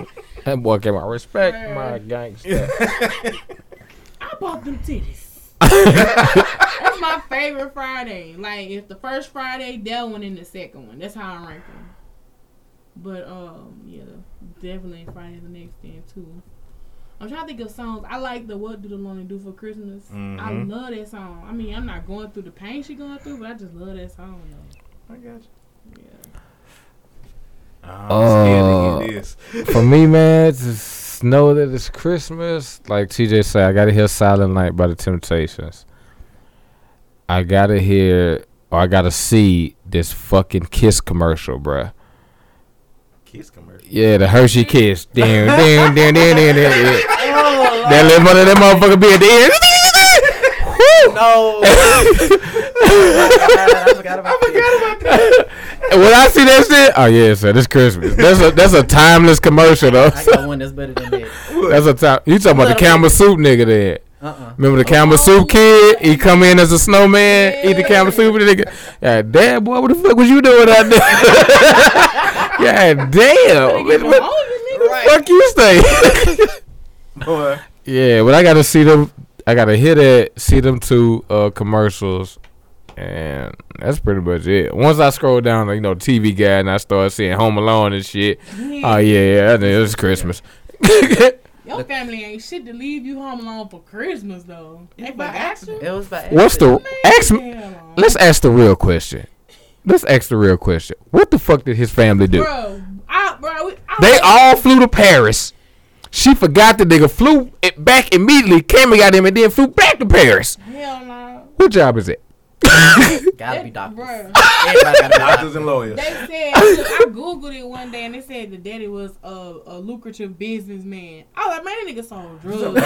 [SPEAKER 3] [LAUGHS] That boy came out. Respect my gangster.
[SPEAKER 4] I bought them titties. That's my favorite Friday. Like if the first Friday, that one and the second one. That's how I rank them. But um, yeah, definitely Friday the next day too. I'm trying to think of songs. I like the "What Do the Lonely Do for Christmas." I
[SPEAKER 2] Mhm.
[SPEAKER 4] love that song. I mean, I'm not going through the pain she going through, but I just love that song though.
[SPEAKER 2] I got you.
[SPEAKER 4] Yeah.
[SPEAKER 2] I'm scared to
[SPEAKER 3] Uh,
[SPEAKER 2] get this.
[SPEAKER 3] [LAUGHS]
[SPEAKER 2] [LAUGHS]
[SPEAKER 3] For me, man, to s- know that it's Christmas, like TJ said, I gotta hear "Silent Night" by the Temptations. I gotta hear, or I gotta see this fucking Kiss commercial, bruh.
[SPEAKER 2] Kiss commercial.
[SPEAKER 3] Yeah, the Hershey Kiss. Damn, damn, damn, damn, damn, damn. That little mother, that motherfucker be at the end.
[SPEAKER 1] [LAUGHS] No.
[SPEAKER 3] [LAUGHS]
[SPEAKER 1] I forgot about that.
[SPEAKER 3] And when I see that shit, oh yeah, sir, this Christmas. That's a that's a timeless commercial though.
[SPEAKER 1] I
[SPEAKER 3] [LAUGHS]
[SPEAKER 1] got one that's better than that.
[SPEAKER 3] That's a time. You talking about the camera soup nigga there?
[SPEAKER 1] Uh-uh.
[SPEAKER 3] Remember the camera soup kid? He come in as a snowman, eat the camera soup and nigga. Yeah, damn boy, what the fuck was you doing out there? [LAUGHS] yeah, damn.
[SPEAKER 4] Get
[SPEAKER 3] What,
[SPEAKER 4] them
[SPEAKER 3] what
[SPEAKER 4] older niggas.
[SPEAKER 3] the fuck you say?
[SPEAKER 2] Boy.
[SPEAKER 3] Yeah, but I gotta see them. I gotta hear that, see them two uh, commercials, and that's pretty much it. Once I scroll down, like, you know, TV guide, and I start seeing Home Alone and shit. Oh yeah, yeah, I think it's Christmas.
[SPEAKER 4] Your
[SPEAKER 1] The-
[SPEAKER 4] family ain't shit to leave you home alone for Christmas though. They
[SPEAKER 2] It's
[SPEAKER 4] by
[SPEAKER 2] by
[SPEAKER 4] accident.
[SPEAKER 1] It was by
[SPEAKER 3] What's the
[SPEAKER 1] accident.
[SPEAKER 3] ask? Let's ask the real question. Let's ask the real question. What the fuck did his family do?
[SPEAKER 4] Bro, I, bro, we, I
[SPEAKER 3] They
[SPEAKER 4] was-
[SPEAKER 3] all flew to Paris. She forgot the nigga flew it back immediately. Came and got him, and then flew back to Paris.
[SPEAKER 4] Hell no.
[SPEAKER 3] What job is it?
[SPEAKER 1] Gotta
[SPEAKER 4] That-
[SPEAKER 1] be doctors.
[SPEAKER 3] [LAUGHS]
[SPEAKER 4] Bro,
[SPEAKER 1] Everybody gotta be
[SPEAKER 2] Doctors
[SPEAKER 1] doctors.
[SPEAKER 2] and lawyers.
[SPEAKER 4] they said I googled it one day and they said the daddy was a, a lucrative businessman. I was like, man, that
[SPEAKER 1] [LAUGHS]
[SPEAKER 4] nigga sold drugs.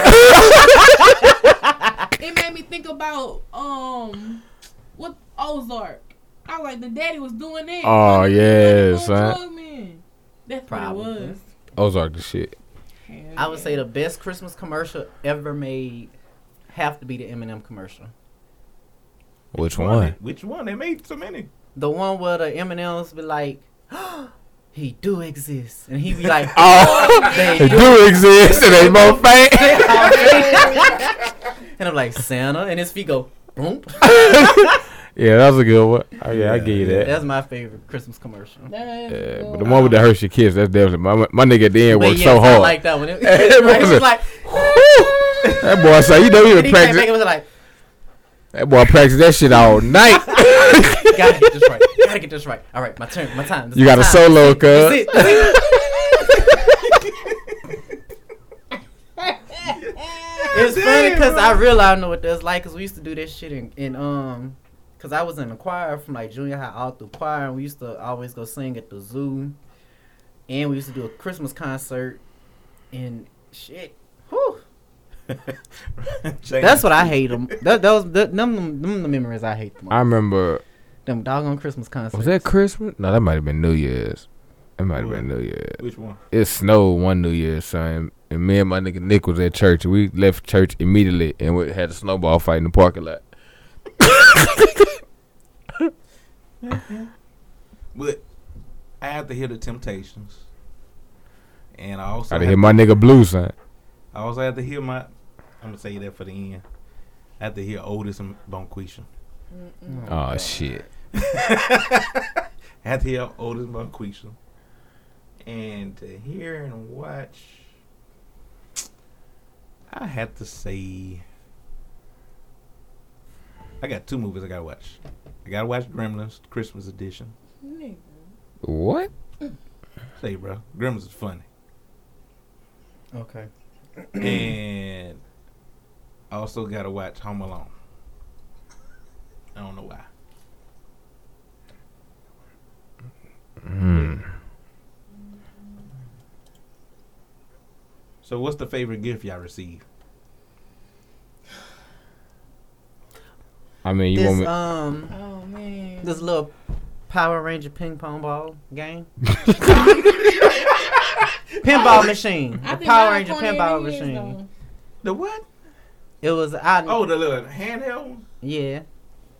[SPEAKER 4] it made me think about um, what Ozark. I was like, the daddy was doing that.
[SPEAKER 3] Oh,
[SPEAKER 4] Like,
[SPEAKER 3] yeah,
[SPEAKER 4] he was a
[SPEAKER 3] son.
[SPEAKER 4] drug man. That's
[SPEAKER 1] Probably.
[SPEAKER 4] what it was.
[SPEAKER 3] Ozark the shit.
[SPEAKER 4] Hell
[SPEAKER 1] I would
[SPEAKER 4] yeah.
[SPEAKER 1] say the best Christmas commercial ever made have to be the Eminem commercial.
[SPEAKER 3] Which one?
[SPEAKER 2] Which one? They made so many. [LAUGHS]
[SPEAKER 1] The one where the Eminems be like, [GASPS] he do exist. And he be like,
[SPEAKER 3] [LAUGHS] Oh, [LAUGHS]
[SPEAKER 1] they
[SPEAKER 3] it do exist. It ain't more fake.
[SPEAKER 1] [LAUGHS] and I'm like, Santa. And his feet go, boom.
[SPEAKER 3] [LAUGHS] yeah, that was a good one. Oh, yeah, I give you that.
[SPEAKER 1] That's my favorite Christmas commercial.
[SPEAKER 4] That's
[SPEAKER 3] Yeah,
[SPEAKER 4] good.
[SPEAKER 3] but the one with the Hershey Kiss, that's definitely my my nigga. Then
[SPEAKER 1] But
[SPEAKER 3] worked
[SPEAKER 1] yes,
[SPEAKER 3] so
[SPEAKER 1] I
[SPEAKER 3] hard.
[SPEAKER 1] like that
[SPEAKER 3] [LAUGHS]
[SPEAKER 1] one. It,
[SPEAKER 3] It
[SPEAKER 1] was
[SPEAKER 3] was a-
[SPEAKER 1] like,
[SPEAKER 3] that boy say you know he
[SPEAKER 1] and [LAUGHS]
[SPEAKER 3] been
[SPEAKER 1] he came back
[SPEAKER 3] practicing.
[SPEAKER 1] and was like,
[SPEAKER 3] That boy practiced that shit all night.
[SPEAKER 1] [LAUGHS] gotta get this right. Gotta get this right. All right, my turn. My time. This
[SPEAKER 3] you
[SPEAKER 1] my
[SPEAKER 3] got a
[SPEAKER 1] time.
[SPEAKER 3] solo,
[SPEAKER 1] That's
[SPEAKER 3] cuz.
[SPEAKER 1] it. [LAUGHS] That's it. It's funny because I real I know what that's like because we used to do this shit in, in um because I was in the choir from like junior high all through choir and we used to always go sing at the zoo and we used to do a Christmas concert and shit. Whew. That's what I hate [LAUGHS] them. That, that was that, them, them, them the memories I hate the
[SPEAKER 3] I
[SPEAKER 1] most.
[SPEAKER 3] remember
[SPEAKER 1] Them doggone Christmas concerts.
[SPEAKER 3] was that Christmas? No, that might have been New Year's. It might have been New Year's.
[SPEAKER 2] Which one?
[SPEAKER 3] It snowed one New Year's, son. And me and my nigga Nick was at church. We left church immediately and we had a snowball fight in the parking lot.
[SPEAKER 2] But I have to hear the Temptations, and I also
[SPEAKER 3] I had to
[SPEAKER 2] have
[SPEAKER 3] hit my nigga Blue, son.
[SPEAKER 2] I also have to hear my. I'm gonna say that for the end. I have to hear Otis and Bonquisha.
[SPEAKER 3] Oh shit.
[SPEAKER 2] I have to hear Otis and Bonquisha, and to hear and watch. I have to say. I got two movies I gotta watch. I gotta watch Gremlins Christmas edition.
[SPEAKER 4] Nigga.
[SPEAKER 3] What?
[SPEAKER 2] Say, bro, Gremlins is funny. [CLEARS THROAT]
[SPEAKER 1] Okay.
[SPEAKER 2] and I also gotta watch Home Alone. I don't know why.
[SPEAKER 3] Hmm.
[SPEAKER 2] So, what's the favorite gift y'all receive?
[SPEAKER 3] I mean, you want
[SPEAKER 1] this
[SPEAKER 3] me?
[SPEAKER 1] um
[SPEAKER 4] Oh man.
[SPEAKER 1] this little Power Ranger ping pong ball
[SPEAKER 3] [LAUGHS]
[SPEAKER 1] game. pinball machine.
[SPEAKER 4] I
[SPEAKER 1] The
[SPEAKER 4] think
[SPEAKER 1] Power
[SPEAKER 4] mine
[SPEAKER 1] Ranger
[SPEAKER 4] corny
[SPEAKER 1] pinball
[SPEAKER 4] as it is,
[SPEAKER 1] machine.
[SPEAKER 4] though.
[SPEAKER 2] The what?
[SPEAKER 1] It was I
[SPEAKER 2] Oh, the little handheld one.
[SPEAKER 1] yeah.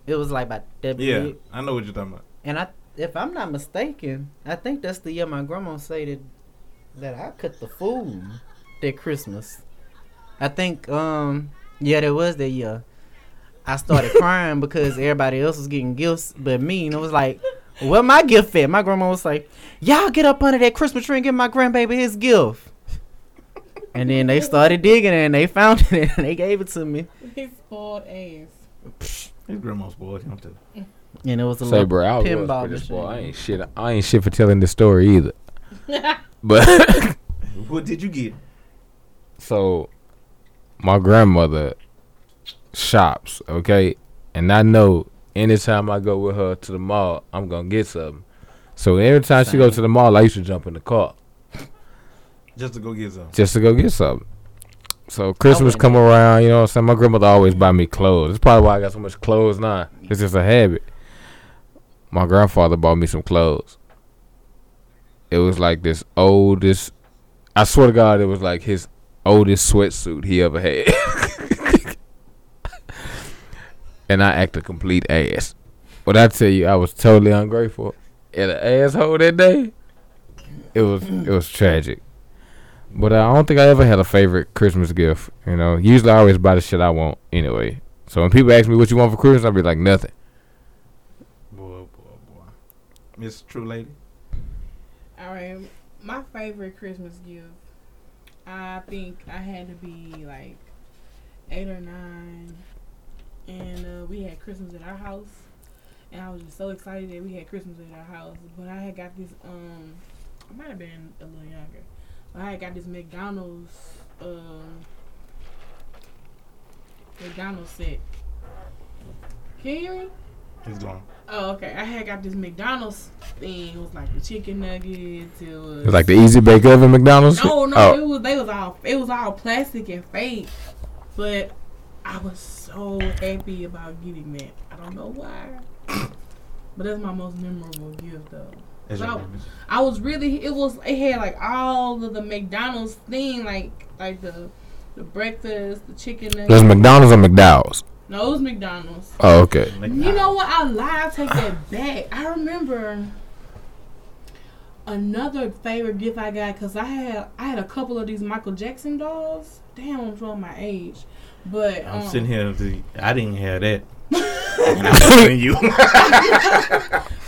[SPEAKER 1] It was like about that
[SPEAKER 2] Yeah,
[SPEAKER 1] big.
[SPEAKER 2] I know what you're talking about.
[SPEAKER 1] And I if I'm not mistaken, I think that's the year my grandma said that that I cooked the food that Christmas. I think um yeah, that was that year. I started crying [LAUGHS] because everybody else was getting gifts but me and it was like where my gift at? My grandma was like, Y'all get up under that Christmas tree and give my grandbaby his gift. And then they started digging it and they found [LAUGHS] it and they gave it to me.
[SPEAKER 4] His spoiled ass.
[SPEAKER 2] His grandma's boy him too.
[SPEAKER 1] And it was a
[SPEAKER 3] Say,
[SPEAKER 1] little
[SPEAKER 3] bro, I was
[SPEAKER 1] pinball
[SPEAKER 3] for this boy. I
[SPEAKER 1] machine.
[SPEAKER 3] ain't shit. I ain't shit for telling this story either. But
[SPEAKER 2] What did you get?
[SPEAKER 3] so, my grandmother shops, okay, and I know anytime I go with her to the mall, I'm gonna get something. So every time she goes to the mall, I used to jump in the car
[SPEAKER 2] Just to go get some.
[SPEAKER 3] just to go get something. So Christmas
[SPEAKER 1] wouldn't.
[SPEAKER 3] come around, you know what I'm saying? My grandmother always buy me clothes. That's probably why I got so much clothes now. It's just a habit. My grandfather bought me some clothes. It was like this oldest I swear to God it was like his oldest sweatsuit he ever had. [LAUGHS] and I act a complete ass. But I tell you, I was totally ungrateful. And an asshole that day. It was it was tragic. But I don't think I ever had a favorite Christmas gift. You know, usually I always buy the shit I want anyway. So when people ask me what you want for Christmas, I'll be like nothing.
[SPEAKER 2] Boy, boy, boy. Miss True Lady.
[SPEAKER 4] All right. My favorite Christmas gift. I think I had to be like eight or nine, and uh, we had Christmas at our house, and I was just so excited that we had Christmas at our house. But I had got this um, I might have been a little younger, but I had got this McDonald's um McDonald's set. Can you hear me?
[SPEAKER 2] It's going.
[SPEAKER 4] Oh, okay. I had got this McDonald's thing. It was like the chicken nuggets. It was
[SPEAKER 3] It's like the easy bake oven McDonald's.
[SPEAKER 4] no, no,
[SPEAKER 3] [LAUGHS] Oh,
[SPEAKER 4] it was they was all it was all plastic and fake. But I was so happy about getting that. I don't know why. But that's my most memorable gift though.
[SPEAKER 2] It's
[SPEAKER 4] No.
[SPEAKER 2] your purpose.
[SPEAKER 4] I was really it was it had like all of the McDonald's thing, like like the the breakfast, the chicken
[SPEAKER 3] there's
[SPEAKER 4] nuggets.
[SPEAKER 3] McDonald's or McDowell's.
[SPEAKER 4] No, it was McDonald's.
[SPEAKER 3] Oh, okay.
[SPEAKER 4] You know
[SPEAKER 2] ah.
[SPEAKER 4] what? I lied. Take
[SPEAKER 2] [LAUGHS]
[SPEAKER 4] that back. I remember another favorite gift I got because I had I had a couple of these Michael Jackson dolls. Damn, I'm showing my age, but um,
[SPEAKER 2] I'm sitting here. to- I didn't have that. and I'm telling you.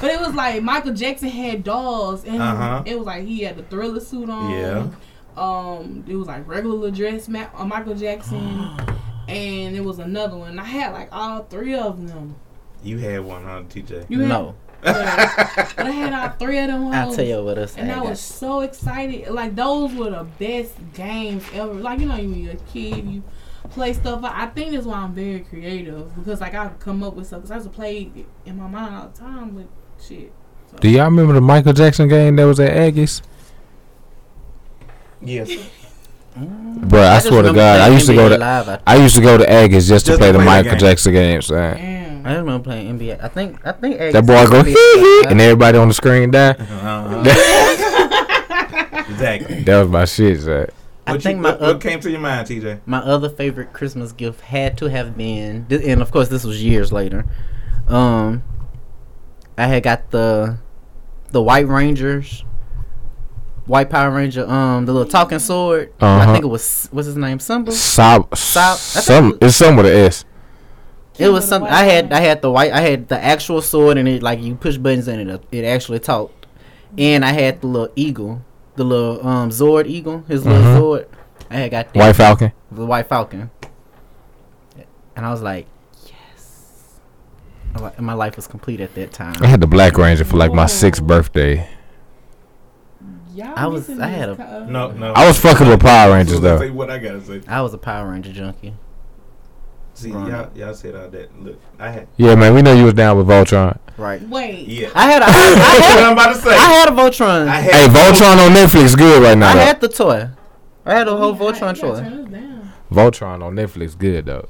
[SPEAKER 4] But it was like Michael Jackson had dolls, and
[SPEAKER 2] Uh-huh.
[SPEAKER 4] it was like he had the Thriller suit on.
[SPEAKER 2] Yeah.
[SPEAKER 4] Um, it was like regular dress, Ma- uh, Michael
[SPEAKER 2] [GASPS]
[SPEAKER 4] Jackson, and it was another one. I had like all three of
[SPEAKER 2] [LAUGHS]
[SPEAKER 4] them.
[SPEAKER 2] [LAUGHS] you had one, huh, TJ?
[SPEAKER 4] You had-
[SPEAKER 1] no,
[SPEAKER 4] but, but I had all three of them.
[SPEAKER 1] I'll
[SPEAKER 4] hoes.
[SPEAKER 1] tell you what else.
[SPEAKER 4] And I
[SPEAKER 1] I
[SPEAKER 4] was
[SPEAKER 1] was
[SPEAKER 4] so excited. Like those were the best games ever. Like you know, when you're a kid, you play stuff. I I think that's why I'm very creative because like I come up with stuff. Cause I used to play it in my mind all the time with shit. So,
[SPEAKER 3] Do y'all remember the Michael Jackson game that was at Aggies?
[SPEAKER 2] Yes.
[SPEAKER 3] Bro, I, swear to God, I used to go to
[SPEAKER 1] Live. I,
[SPEAKER 3] I used to go to Aggies just to
[SPEAKER 2] Just
[SPEAKER 3] play
[SPEAKER 2] to
[SPEAKER 3] the
[SPEAKER 2] play the
[SPEAKER 3] Michael
[SPEAKER 2] game.
[SPEAKER 3] Jackson games. man.
[SPEAKER 4] Damn.
[SPEAKER 1] I just remember playing NBA. I think I think
[SPEAKER 3] That boy go hee hee, and everybody on the screen
[SPEAKER 2] [LAUGHS]
[SPEAKER 3] die.
[SPEAKER 2] Uh-huh. exactly.
[SPEAKER 3] That was my shit, Zach.
[SPEAKER 1] I
[SPEAKER 2] What,
[SPEAKER 1] think
[SPEAKER 2] you,
[SPEAKER 1] my
[SPEAKER 2] what, what
[SPEAKER 1] oth-
[SPEAKER 2] came to your mind, TJ?
[SPEAKER 1] my other favorite Christmas gift had to have been, th- and of course this was years later. Um, I had got the the White Rangers, White Power Ranger, um, the little talking sword. I
[SPEAKER 3] Uh-huh.
[SPEAKER 1] think it was what's his name, Simba.
[SPEAKER 3] Sob,
[SPEAKER 1] Sob- I
[SPEAKER 3] some
[SPEAKER 1] think-
[SPEAKER 3] it's some with an S.
[SPEAKER 1] It was
[SPEAKER 4] Kimba the
[SPEAKER 1] something
[SPEAKER 4] White
[SPEAKER 1] I had.
[SPEAKER 4] Ranger.
[SPEAKER 1] I had the white. I had the actual sword, and it like you push buttons and it it actually talked. And I had the little eagle, the little um Zord eagle, his
[SPEAKER 3] Mhm.
[SPEAKER 2] Mm-hmm.
[SPEAKER 1] little Zord. I had got that.
[SPEAKER 3] White Falcon.
[SPEAKER 1] the White Falcon. And I was like, yes. I wa- My life was complete at that
[SPEAKER 3] I
[SPEAKER 1] time.
[SPEAKER 3] had the Black Ranger for like my sixth
[SPEAKER 4] Whoa.
[SPEAKER 3] birthday.
[SPEAKER 4] Y'all
[SPEAKER 1] I was-
[SPEAKER 4] missing
[SPEAKER 1] I had
[SPEAKER 4] this
[SPEAKER 1] a-
[SPEAKER 4] co-
[SPEAKER 2] No, no.
[SPEAKER 3] I was fucking with Power Rangers
[SPEAKER 2] So let's
[SPEAKER 3] though.
[SPEAKER 2] Say what I gotta say.
[SPEAKER 1] I was a Power Ranger junkie.
[SPEAKER 2] See,
[SPEAKER 1] Right.
[SPEAKER 2] y'all, y'all said all that. Look, I had.
[SPEAKER 3] Yeah, man, we know you was down with Voltron.
[SPEAKER 1] Right.
[SPEAKER 4] Wait.
[SPEAKER 2] Yeah.
[SPEAKER 1] I
[SPEAKER 2] [LAUGHS]
[SPEAKER 1] had a. I
[SPEAKER 2] That's what
[SPEAKER 1] had,
[SPEAKER 2] I'm about to say.
[SPEAKER 1] I had a Voltron.
[SPEAKER 2] I
[SPEAKER 1] I
[SPEAKER 2] had-
[SPEAKER 1] had,
[SPEAKER 3] Hey, Voltron on Netflix good right now. though.
[SPEAKER 1] the toy. I had a whole
[SPEAKER 4] You gotta-
[SPEAKER 1] Voltron
[SPEAKER 4] you gotta
[SPEAKER 1] toy.
[SPEAKER 4] turn this down.
[SPEAKER 3] Voltron on Netflix
[SPEAKER 2] [LAUGHS]
[SPEAKER 3] good though.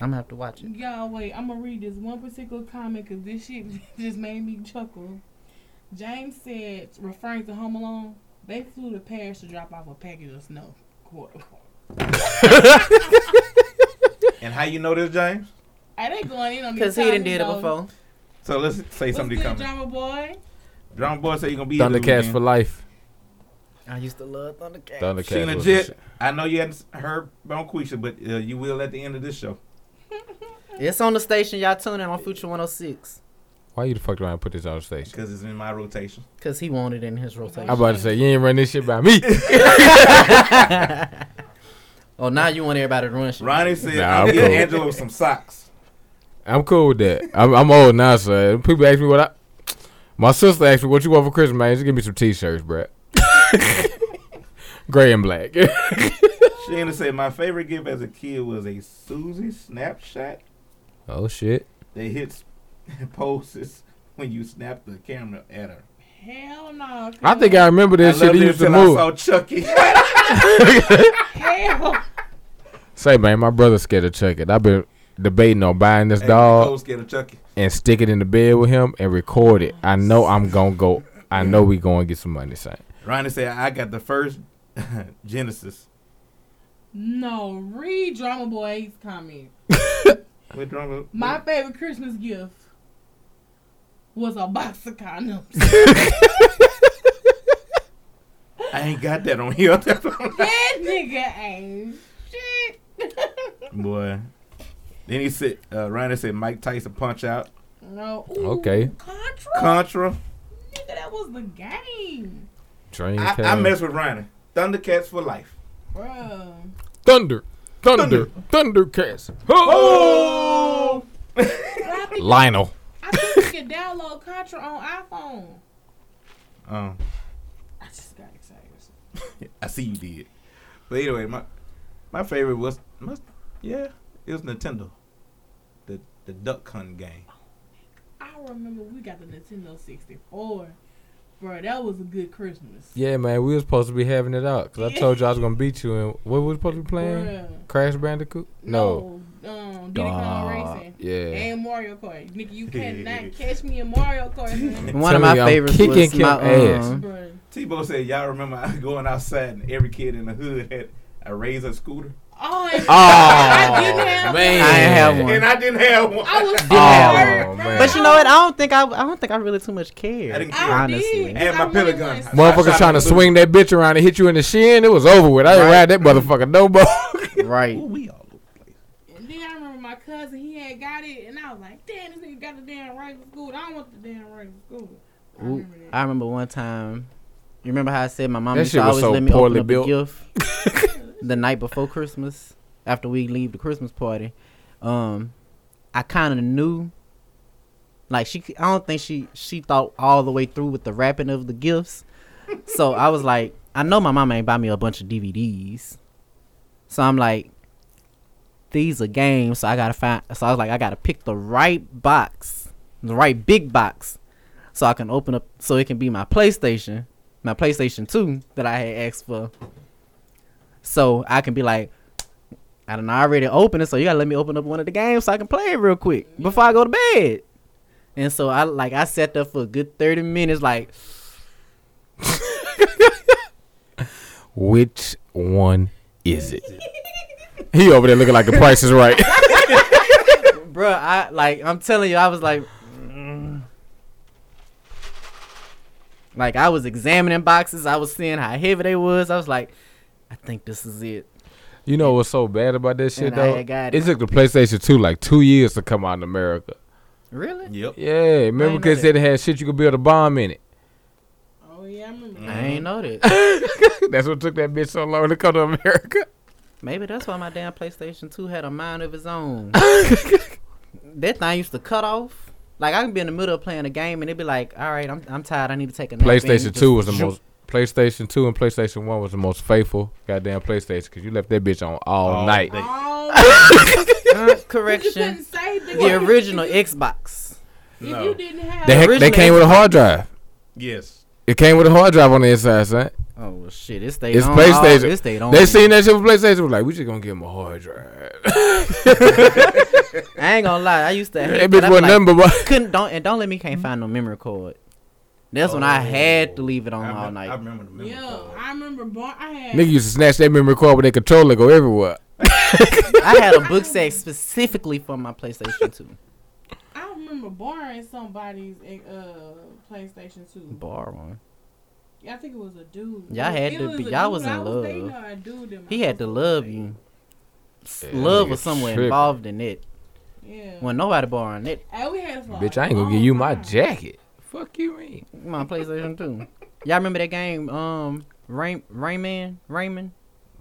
[SPEAKER 1] I'm gonna have to watch it.
[SPEAKER 4] Y'all, wait. I'm gonna read this one particular comment because this shit [LAUGHS] just made me chuckle. James said, referring to Home Alone, they flew to Paris to drop off a package of snow. Quote unquote.
[SPEAKER 2] And how you know this, James?
[SPEAKER 4] I ain't going in on
[SPEAKER 1] Cause he didn't did it before.
[SPEAKER 2] So let's say
[SPEAKER 4] What's
[SPEAKER 2] something
[SPEAKER 4] good,
[SPEAKER 2] coming.
[SPEAKER 4] drama boy?
[SPEAKER 2] Drum boy say you gonna be here this
[SPEAKER 3] Thundercats
[SPEAKER 2] weekend.
[SPEAKER 3] for life.
[SPEAKER 1] I used to love Thundercats.
[SPEAKER 2] She
[SPEAKER 3] Thundercats. was the
[SPEAKER 2] legit.
[SPEAKER 3] shit.
[SPEAKER 2] I know you hadn't heard Bonquisha, but uh, you will at the end of this show.
[SPEAKER 1] It's on the station. Y'all tune in on Future 106.
[SPEAKER 3] Why you the fuck around and put this on the station?
[SPEAKER 2] Because it's in my rotation.
[SPEAKER 1] Cause he wanted it in his
[SPEAKER 3] [LAUGHS] I'm
[SPEAKER 1] rotation. [LAUGHS]
[SPEAKER 3] about to say you ain't run this shit
[SPEAKER 2] [LAUGHS]
[SPEAKER 3] by me.
[SPEAKER 1] oh, now you want everybody to run shit.
[SPEAKER 2] Ronnie said,
[SPEAKER 3] Nah,
[SPEAKER 2] I'll
[SPEAKER 3] I'm
[SPEAKER 2] get
[SPEAKER 3] cool.
[SPEAKER 2] Angela some socks.
[SPEAKER 3] I'm cool with that. I'm, I'm old now, so people ask me what I. My sister asked me what you want for Christmas, man. Just give me some
[SPEAKER 2] [LAUGHS]
[SPEAKER 3] t-shirts, bruh. Gray and black. [LAUGHS]
[SPEAKER 2] Sheena said, my favorite gift as a kid was a Susie snapshot.
[SPEAKER 3] oh shit.
[SPEAKER 2] They hit [LAUGHS] poses when you snap the camera at her.
[SPEAKER 4] Hell no.
[SPEAKER 3] I think I remember that
[SPEAKER 2] I
[SPEAKER 3] shit.
[SPEAKER 2] loved
[SPEAKER 3] He
[SPEAKER 2] it
[SPEAKER 3] used to
[SPEAKER 2] till I
[SPEAKER 3] move.
[SPEAKER 2] saw
[SPEAKER 3] [LAUGHS]
[SPEAKER 2] Chucky.
[SPEAKER 4] Hell. [LAUGHS]
[SPEAKER 3] Say, man, my brother's scared of Chucky. I've been debating on buying this
[SPEAKER 2] Hey, oh,
[SPEAKER 3] dog
[SPEAKER 2] Cole's scared of Chucky.
[SPEAKER 3] and stick it in the bed with him and record it. I know I'm gonna go. I know we gonna get some money, son.
[SPEAKER 2] Ronnie said, I got the first [LAUGHS] Genesis.
[SPEAKER 4] No, read Drama Boy's comment.
[SPEAKER 2] What drum?
[SPEAKER 4] My favorite Christmas gift was a box of condoms. [LAUGHS]
[SPEAKER 2] I ain't got that on here. [LAUGHS]
[SPEAKER 4] that nigga ain't shit. [LAUGHS]
[SPEAKER 2] Boy. Then he said, uh, Ronnie said, Mike Tyson punch out.
[SPEAKER 4] no.
[SPEAKER 3] Okay.
[SPEAKER 4] Contra.
[SPEAKER 2] Contra.
[SPEAKER 4] nigga, that was the game.
[SPEAKER 3] Dream
[SPEAKER 2] I, I mess with Ronnie. Thundercats for life.
[SPEAKER 4] Bruh.
[SPEAKER 3] Thunder, thunder, thundercast. Oh!
[SPEAKER 4] But I think,
[SPEAKER 3] Lionel.
[SPEAKER 4] I think you can download Contra on iPhone.
[SPEAKER 2] [LAUGHS] Um,
[SPEAKER 4] I just got excited.
[SPEAKER 2] I see you did. But anyway, my my favorite was must yeah, it was Nintendo. The the Duck Hunt game.
[SPEAKER 4] I remember we got the Nintendo 64. Bruh, that was a good Christmas.
[SPEAKER 3] Yeah, man, we was supposed to be having it out because I told you I was gonna beat you. And what we was supposed to be playing?
[SPEAKER 4] Bruh.
[SPEAKER 3] Crash Bandicoot? No.
[SPEAKER 4] no. Um, Diddy Kong
[SPEAKER 3] Dog.
[SPEAKER 4] Racing.
[SPEAKER 3] Yeah.
[SPEAKER 4] And Mario Kart. Nigga, [LAUGHS] you cannot catch me in Mario Kart.
[SPEAKER 3] [LAUGHS]
[SPEAKER 4] man.
[SPEAKER 2] And
[SPEAKER 1] One
[SPEAKER 3] tell
[SPEAKER 1] of my
[SPEAKER 3] me I'm
[SPEAKER 1] favorites
[SPEAKER 3] kicking
[SPEAKER 1] was
[SPEAKER 3] Kim
[SPEAKER 1] my
[SPEAKER 2] [LAUGHS]
[SPEAKER 3] ass.
[SPEAKER 1] um,
[SPEAKER 4] Bruh.
[SPEAKER 2] T-Bo said, y'all remember I [LAUGHS] going outside and every kid in the hood had a razor scooter,
[SPEAKER 4] Oh, and- I didn't
[SPEAKER 3] Oh
[SPEAKER 4] have
[SPEAKER 3] man,
[SPEAKER 1] I didn't have one.
[SPEAKER 2] and I didn't have one.
[SPEAKER 4] I was
[SPEAKER 3] Oh,
[SPEAKER 4] bored,
[SPEAKER 3] man.
[SPEAKER 4] bruh.
[SPEAKER 1] But you know what? I don't think I. I don't think I really too much cared.
[SPEAKER 2] I didn't care.
[SPEAKER 4] I
[SPEAKER 1] honestly.
[SPEAKER 4] did.
[SPEAKER 2] [LAUGHS] And my
[SPEAKER 4] I
[SPEAKER 2] pellet
[SPEAKER 4] really
[SPEAKER 2] gun.
[SPEAKER 4] wanted-
[SPEAKER 3] Motherfucker trying to swing that bitch around and hit you in the shin. It was over with. I didn't
[SPEAKER 2] Right.
[SPEAKER 3] ride that motherfucker no more.
[SPEAKER 1] Right.
[SPEAKER 2] Ooh, we all over the place.
[SPEAKER 4] And then I remember my cousin, he had got it, and I was like, damn, this nigga got the damn right to school. I don't want the damn right to school. I
[SPEAKER 1] Ooh,
[SPEAKER 4] remember that.
[SPEAKER 1] I remember one time. You remember how I said my mom
[SPEAKER 3] That
[SPEAKER 1] used
[SPEAKER 3] shit
[SPEAKER 1] to always
[SPEAKER 3] was so
[SPEAKER 1] let me
[SPEAKER 3] poorly
[SPEAKER 1] open up
[SPEAKER 3] built.
[SPEAKER 1] a
[SPEAKER 3] [LAUGHS]
[SPEAKER 1] gift the night before Christmas after we leave the Christmas party. Um, I kind of knew, like she. I don't think she she thought all the way through with the wrapping of the gifts.
[SPEAKER 3] [LAUGHS]
[SPEAKER 1] So I was like, I know my mom ain't buy me a bunch of DVDs. So I'm like, these are games. So I gotta find. So I was like, I gotta pick the right box, the right big box, so I can open up. So it can be my PlayStation, my PlayStation Two that I had asked for. So I can be like, I don't know. I already opened it, so you gotta let me open up one of the games so I can play it real quick before I go to bed. And so I like I sat there for a good thirty minutes, like
[SPEAKER 3] Which one is it? he over there looking like the price is right.
[SPEAKER 1] Bruh, I like I'm telling you, I was like, mm. like I was examining boxes, I was seeing how heavy they was. I was like, I think this is it.
[SPEAKER 3] you know what's so bad about that shit
[SPEAKER 1] And I
[SPEAKER 3] though?
[SPEAKER 1] had got
[SPEAKER 3] it took the PlayStation 2 like two years to come out in America.
[SPEAKER 1] Really?
[SPEAKER 2] Yep.
[SPEAKER 3] Yeah, remember
[SPEAKER 1] know
[SPEAKER 3] because
[SPEAKER 1] that.
[SPEAKER 3] it had shit you could build a bomb in it. [LAUGHS]
[SPEAKER 4] Oh, yeah, I remember
[SPEAKER 1] I
[SPEAKER 4] that.
[SPEAKER 1] ain't know that.
[SPEAKER 3] That's what took that bitch so long to come to
[SPEAKER 1] [LAUGHS]
[SPEAKER 3] America.
[SPEAKER 1] Maybe that's why my damn PlayStation 2 had a mind of its
[SPEAKER 4] [LAUGHS]
[SPEAKER 1] own. that thing used to cut off. Like I can be in the middle of playing a game and it'd be like, all right, I'm I'm tired. I need to take a nap. and
[SPEAKER 3] PlayStation
[SPEAKER 1] just
[SPEAKER 3] Two was the
[SPEAKER 1] zoom.
[SPEAKER 3] most. PlayStation Two and PlayStation One was the most faithful goddamn PlayStation because you left that bitch on all
[SPEAKER 2] All
[SPEAKER 3] night.
[SPEAKER 2] day.
[SPEAKER 4] Oh,
[SPEAKER 1] Uh,
[SPEAKER 4] [LAUGHS] but you couldn't
[SPEAKER 1] correction.
[SPEAKER 4] save the
[SPEAKER 1] The original Xbox.
[SPEAKER 4] If
[SPEAKER 2] No.
[SPEAKER 4] you didn't have
[SPEAKER 3] They had- they
[SPEAKER 1] Originally,
[SPEAKER 3] came with a hard drive.
[SPEAKER 2] Yes.
[SPEAKER 3] It came with a hard drive on the inside, son.
[SPEAKER 1] Oh well, shit! It stayed
[SPEAKER 3] It's
[SPEAKER 1] on.
[SPEAKER 3] PlayStation.
[SPEAKER 1] All, it stayed on.
[SPEAKER 3] They seen that shit with PlayStation. Was like, we just gonna give him a
[SPEAKER 1] [LAUGHS]
[SPEAKER 3] hard drive. [LAUGHS]
[SPEAKER 1] I ain't gonna lie. I used to. Hate that.
[SPEAKER 3] that bitch
[SPEAKER 1] I'd be
[SPEAKER 3] was
[SPEAKER 1] like, [LAUGHS]
[SPEAKER 3] number one.
[SPEAKER 1] Couldn't don't and don't let me can't find no memory card. That's when I had to leave it on
[SPEAKER 2] Oh. I,
[SPEAKER 1] all
[SPEAKER 2] remem-
[SPEAKER 1] night.
[SPEAKER 2] I remember the memory.
[SPEAKER 4] Yeah,
[SPEAKER 2] card.
[SPEAKER 4] I remember bar- I had.
[SPEAKER 3] Nigga used to snatch that memory card with their controller, go everywhere.
[SPEAKER 1] I
[SPEAKER 2] [LAUGHS]
[SPEAKER 1] had a book sack specifically for my PlayStation Two.
[SPEAKER 4] I remember borrowing somebody's uh, PlayStation 2.
[SPEAKER 1] Bar one.
[SPEAKER 4] Yeah, I think it was a dude.
[SPEAKER 1] Y'all had
[SPEAKER 4] It
[SPEAKER 1] to
[SPEAKER 4] was
[SPEAKER 1] be-
[SPEAKER 4] a
[SPEAKER 1] y'all
[SPEAKER 4] dude
[SPEAKER 1] was in
[SPEAKER 4] I
[SPEAKER 1] love.
[SPEAKER 4] dating or a dude in my
[SPEAKER 1] He had to
[SPEAKER 4] high
[SPEAKER 1] love
[SPEAKER 4] school.
[SPEAKER 1] you. S-
[SPEAKER 3] Yeah,
[SPEAKER 1] love
[SPEAKER 3] nigga
[SPEAKER 1] was somewhere
[SPEAKER 3] tripping.
[SPEAKER 1] involved in it.
[SPEAKER 4] Yeah.
[SPEAKER 1] When nobody borrowing it,
[SPEAKER 4] Hey, we had oh it for a
[SPEAKER 3] Bitch, I ain't gonna
[SPEAKER 4] long
[SPEAKER 3] give you my
[SPEAKER 4] time.
[SPEAKER 3] jacket. Fuck you mean?
[SPEAKER 1] my PlayStation Two. Y'all remember that game? Um, Rain Rayman Raymond.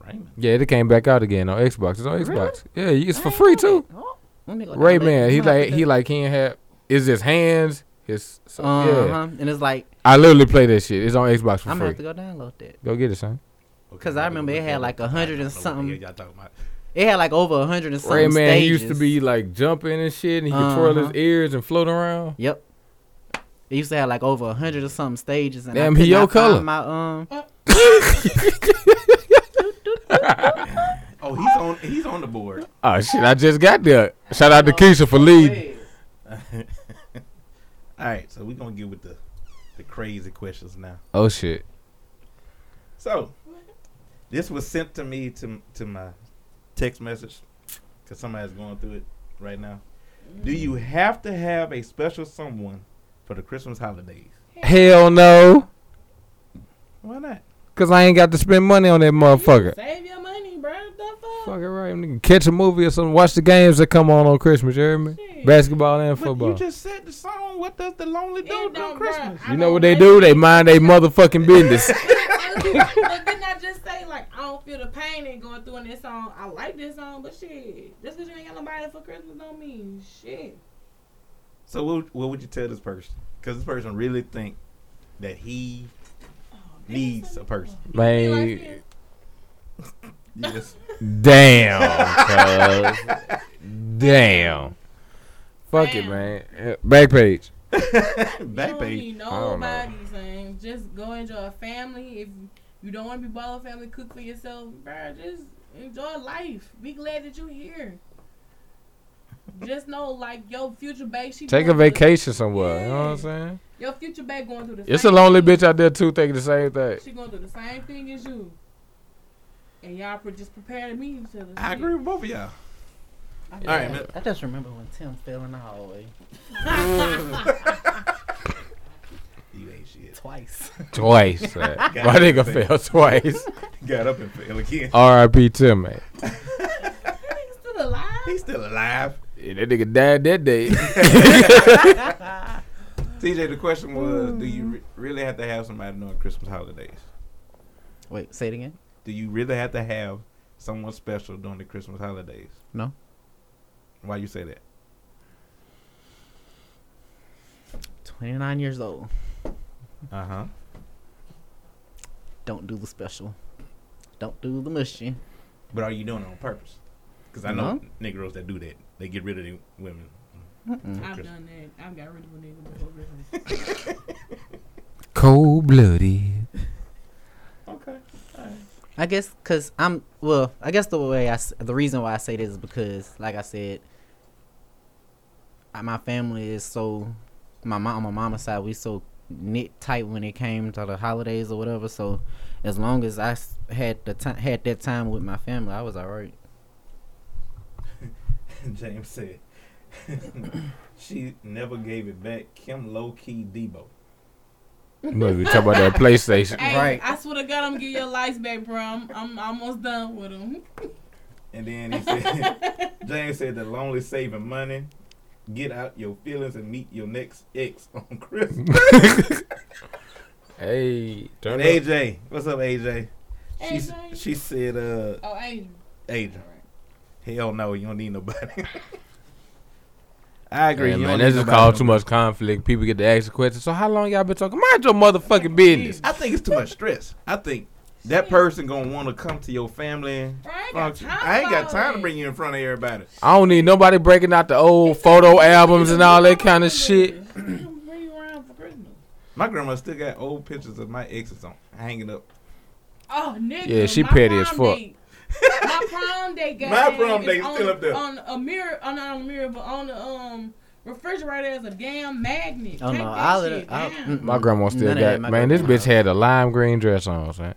[SPEAKER 2] Raymond.
[SPEAKER 3] Yeah, it came back out again on Xbox. It's on
[SPEAKER 1] Really?
[SPEAKER 3] Xbox. Yeah, Yeah, it's for free too.
[SPEAKER 1] Oh, let me go
[SPEAKER 3] Ray
[SPEAKER 1] download-
[SPEAKER 3] man, he
[SPEAKER 1] I'm gonna have
[SPEAKER 3] like
[SPEAKER 1] to-
[SPEAKER 3] he like he ain't have is his hands. His so,
[SPEAKER 1] Uh-huh.
[SPEAKER 3] yeah.
[SPEAKER 1] And it's like
[SPEAKER 3] I literally play that shit. It's on Xbox for
[SPEAKER 1] I'm gonna
[SPEAKER 3] free.
[SPEAKER 1] have to go download that.
[SPEAKER 3] Go get it, son.
[SPEAKER 2] Okay,
[SPEAKER 1] Cause I
[SPEAKER 2] y'all
[SPEAKER 1] remember
[SPEAKER 2] know
[SPEAKER 1] it
[SPEAKER 2] what
[SPEAKER 1] had
[SPEAKER 2] y'all-
[SPEAKER 1] like a
[SPEAKER 2] I
[SPEAKER 1] hundred and
[SPEAKER 2] don't know what
[SPEAKER 1] something.
[SPEAKER 2] the hell Y'all talking about?
[SPEAKER 1] It had like over a hundred and something
[SPEAKER 3] Ray man, he
[SPEAKER 1] stages.
[SPEAKER 3] used to be like jumping and shit, and he could twirl his
[SPEAKER 1] Uh-huh.
[SPEAKER 3] ears and float around.
[SPEAKER 1] Yep. It used to have like over a hundred or something stages. And I
[SPEAKER 3] Damn,
[SPEAKER 1] could
[SPEAKER 3] he your
[SPEAKER 1] not find
[SPEAKER 3] color.
[SPEAKER 1] My um.
[SPEAKER 2] Oh, he's on. He's on the [LAUGHS] board.
[SPEAKER 3] Oh shit! I just got there. Shout out to Keisha for leading.
[SPEAKER 2] All right, so we're gonna get with the the crazy questions now.
[SPEAKER 3] Oh shit!
[SPEAKER 2] So, this was sent to me to to my text message because somebody's going through it right now. Do you have to have a special someone for the Christmas holidays?
[SPEAKER 3] Hell no,
[SPEAKER 2] Why not?
[SPEAKER 3] cause I ain't got to spend money on that motherfucker.
[SPEAKER 4] Save your money, bro. What The fuck?
[SPEAKER 3] Fuck it, right? Nigga, catch a movie or something. Watch the games that come on on Christmas. You hear me?
[SPEAKER 4] Shit.
[SPEAKER 3] Basketball and
[SPEAKER 2] But
[SPEAKER 3] football.
[SPEAKER 2] you just said the song. What does the lonely
[SPEAKER 4] It
[SPEAKER 2] dude do
[SPEAKER 4] don't,
[SPEAKER 2] on Christmas?
[SPEAKER 4] bruh. I
[SPEAKER 3] You know
[SPEAKER 4] don't
[SPEAKER 3] what they
[SPEAKER 4] like
[SPEAKER 3] do?
[SPEAKER 4] it.
[SPEAKER 3] [LAUGHS] They mind they motherfucking business.
[SPEAKER 4] I but didn't I just say like I don't feel the pain in going through in this song? I like this song, but shit, just because you ain't got nobody for Christmas don't mean shit.
[SPEAKER 2] So what, what would you tell this person? Because this person really think that he
[SPEAKER 4] Oh, nigga,
[SPEAKER 2] needs
[SPEAKER 4] so-
[SPEAKER 2] a person.
[SPEAKER 4] Be like
[SPEAKER 3] Man,
[SPEAKER 4] this. [LAUGHS]
[SPEAKER 2] Yes. [LAUGHS]
[SPEAKER 3] [LAUGHS] Damn, cuz. Damn. Fuck it,
[SPEAKER 4] Damn.
[SPEAKER 3] man. Uh, Back page.
[SPEAKER 4] you
[SPEAKER 2] Back
[SPEAKER 4] don't
[SPEAKER 2] page.
[SPEAKER 4] need
[SPEAKER 3] don't know.
[SPEAKER 4] nobody, son. Just go enjoy a family. If you don't want to be ball family, cook for yourself, bruh. Just enjoy life. Be glad that you're here. just know, like your future babe, she
[SPEAKER 3] Take a
[SPEAKER 4] going through-
[SPEAKER 3] vacation somewhere. You know what I'm
[SPEAKER 4] Yeah.
[SPEAKER 3] saying?
[SPEAKER 4] Your future babe going through the.
[SPEAKER 3] It's a
[SPEAKER 4] same
[SPEAKER 3] lonely
[SPEAKER 4] thing.
[SPEAKER 3] bitch out there too thinking the same thing.
[SPEAKER 4] She gonna do the same thing as you. And y'all pre- just prepare to meet each other.
[SPEAKER 2] I
[SPEAKER 4] [LAUGHS]
[SPEAKER 2] agree with both of y'all.
[SPEAKER 4] All
[SPEAKER 2] All right, man.
[SPEAKER 1] I just remember when Tim fell in the hallway
[SPEAKER 2] You ain't shit.
[SPEAKER 1] twice. [LAUGHS]
[SPEAKER 3] Twice. son. [LAUGHS] My
[SPEAKER 2] God
[SPEAKER 3] nigga
[SPEAKER 2] damn.
[SPEAKER 3] fell twice.
[SPEAKER 2] Got up and fell again.
[SPEAKER 3] R.I.P. Tim, man.
[SPEAKER 4] Nigga still alive?
[SPEAKER 2] He's still alive.
[SPEAKER 3] Yeah, that nigga died that day.
[SPEAKER 2] TJ, the question was,
[SPEAKER 4] Mm.
[SPEAKER 2] do you re- really have to have somebody during Christmas holidays?
[SPEAKER 1] Wait, say it again.
[SPEAKER 2] Do you really have to have someone special during the Christmas holidays?
[SPEAKER 1] No.
[SPEAKER 2] Why you say that?
[SPEAKER 1] 29 years old.
[SPEAKER 2] Uh huh.
[SPEAKER 1] Don't do the special. Don't do the mushy.
[SPEAKER 2] But are you doing it on purpose? Because I know
[SPEAKER 1] No.
[SPEAKER 2] Negroes that do that. They get rid of the women.
[SPEAKER 1] Mm-mm.
[SPEAKER 4] I've done that. I've got rid of a nigga before Christmas.
[SPEAKER 3] Cold blooded.
[SPEAKER 2] Okay.
[SPEAKER 1] I guess because I'm well. I guess the way I s- the reason why I say this is because, like I said, I, my family is so my mom on my mama's side we so knit tight when it came to the holidays or whatever. So as long as I s- had the time had that time with my family, I was all [LAUGHS] right.
[SPEAKER 2] [LAUGHS] James said she never gave it back. Kim low key Debo.
[SPEAKER 3] Look, we talking about [LAUGHS] that PlayStation.
[SPEAKER 4] Hey,
[SPEAKER 1] Right.
[SPEAKER 4] I swear to God, I'm getting your lights back, bro. I'm, I'm almost done with them.
[SPEAKER 2] And then he said,
[SPEAKER 4] [LAUGHS]
[SPEAKER 2] James said that lonely saving money, get out your feelings and meet your next ex on Christmas.
[SPEAKER 3] Hey, turn
[SPEAKER 2] And
[SPEAKER 3] it.
[SPEAKER 2] AJ, what's up, AJ? She s-
[SPEAKER 4] AJ?
[SPEAKER 2] she said, uh,
[SPEAKER 4] Oh, Angel.
[SPEAKER 2] AJ,
[SPEAKER 4] All right.
[SPEAKER 2] hell no, you don't need nobody. [LAUGHS] I agree.
[SPEAKER 3] Yeah,
[SPEAKER 2] you
[SPEAKER 3] man,
[SPEAKER 2] don't
[SPEAKER 3] that's
[SPEAKER 2] need
[SPEAKER 3] just
[SPEAKER 2] nobody
[SPEAKER 3] called
[SPEAKER 2] no
[SPEAKER 3] too much conflict. People get to ask the question. So how long y'all been talking? Mind your motherfucking business.
[SPEAKER 2] I think it's too much stress. I think that person gonna want to come to your family.
[SPEAKER 4] Bro, I ain't got time,
[SPEAKER 2] I ain't got
[SPEAKER 4] for all
[SPEAKER 2] time to
[SPEAKER 4] that.
[SPEAKER 2] bring you in front of everybody.
[SPEAKER 3] I don't need nobody breaking out the old photo albums and all that kind of shit.
[SPEAKER 4] I'm [CLEARS THROAT] bring you around for Christmas.
[SPEAKER 2] My grandma still got old pictures of my exes on hanging up.
[SPEAKER 4] Oh, nigga.
[SPEAKER 3] Yeah, she
[SPEAKER 4] my
[SPEAKER 3] petty as
[SPEAKER 4] prom
[SPEAKER 3] fuck.
[SPEAKER 4] date- my prom date got
[SPEAKER 2] [LAUGHS] My prom date
[SPEAKER 4] on,
[SPEAKER 2] still up there.
[SPEAKER 4] on a mirror, on not on a mirror, but on the um refrigerator as a damn magnet.
[SPEAKER 1] Oh
[SPEAKER 4] Take
[SPEAKER 1] no,
[SPEAKER 4] that
[SPEAKER 1] I
[SPEAKER 4] shit
[SPEAKER 1] let I,
[SPEAKER 4] down.
[SPEAKER 1] mm-mm.
[SPEAKER 3] My grandma still
[SPEAKER 1] None of
[SPEAKER 3] got
[SPEAKER 1] that, my
[SPEAKER 3] man. This
[SPEAKER 1] grandma.
[SPEAKER 3] bitch had a lime green dress on, son.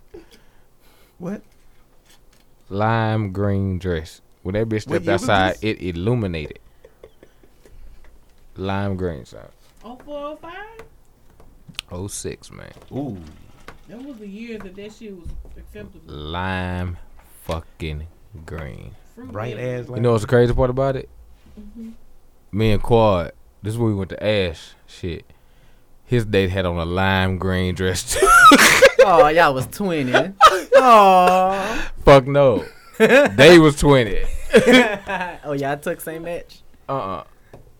[SPEAKER 2] What?
[SPEAKER 3] Lime green dress. When that bitch
[SPEAKER 2] What
[SPEAKER 3] stepped
[SPEAKER 2] year was
[SPEAKER 3] outside,
[SPEAKER 2] this?
[SPEAKER 3] it illuminated. Lime green, son.
[SPEAKER 4] Oh four oh five?
[SPEAKER 3] Oh six, man.
[SPEAKER 2] Ooh,
[SPEAKER 4] That was the years that that shit was acceptable.
[SPEAKER 3] Lime fucking green.
[SPEAKER 4] Fruit
[SPEAKER 2] bright
[SPEAKER 4] leather.
[SPEAKER 2] ass.
[SPEAKER 3] You know what's the crazy part about it?
[SPEAKER 4] Mhm.
[SPEAKER 3] Mm-hmm. me and Quad, this is where we went to Ash. Shit. His date had on a lime green dress. too. [LAUGHS]
[SPEAKER 1] Oh, y'all was twinning. Oh,
[SPEAKER 3] Fuck [LAUGHS] no. they was 20.
[SPEAKER 1] [LAUGHS] oh, y'all took same match.
[SPEAKER 3] Uh uh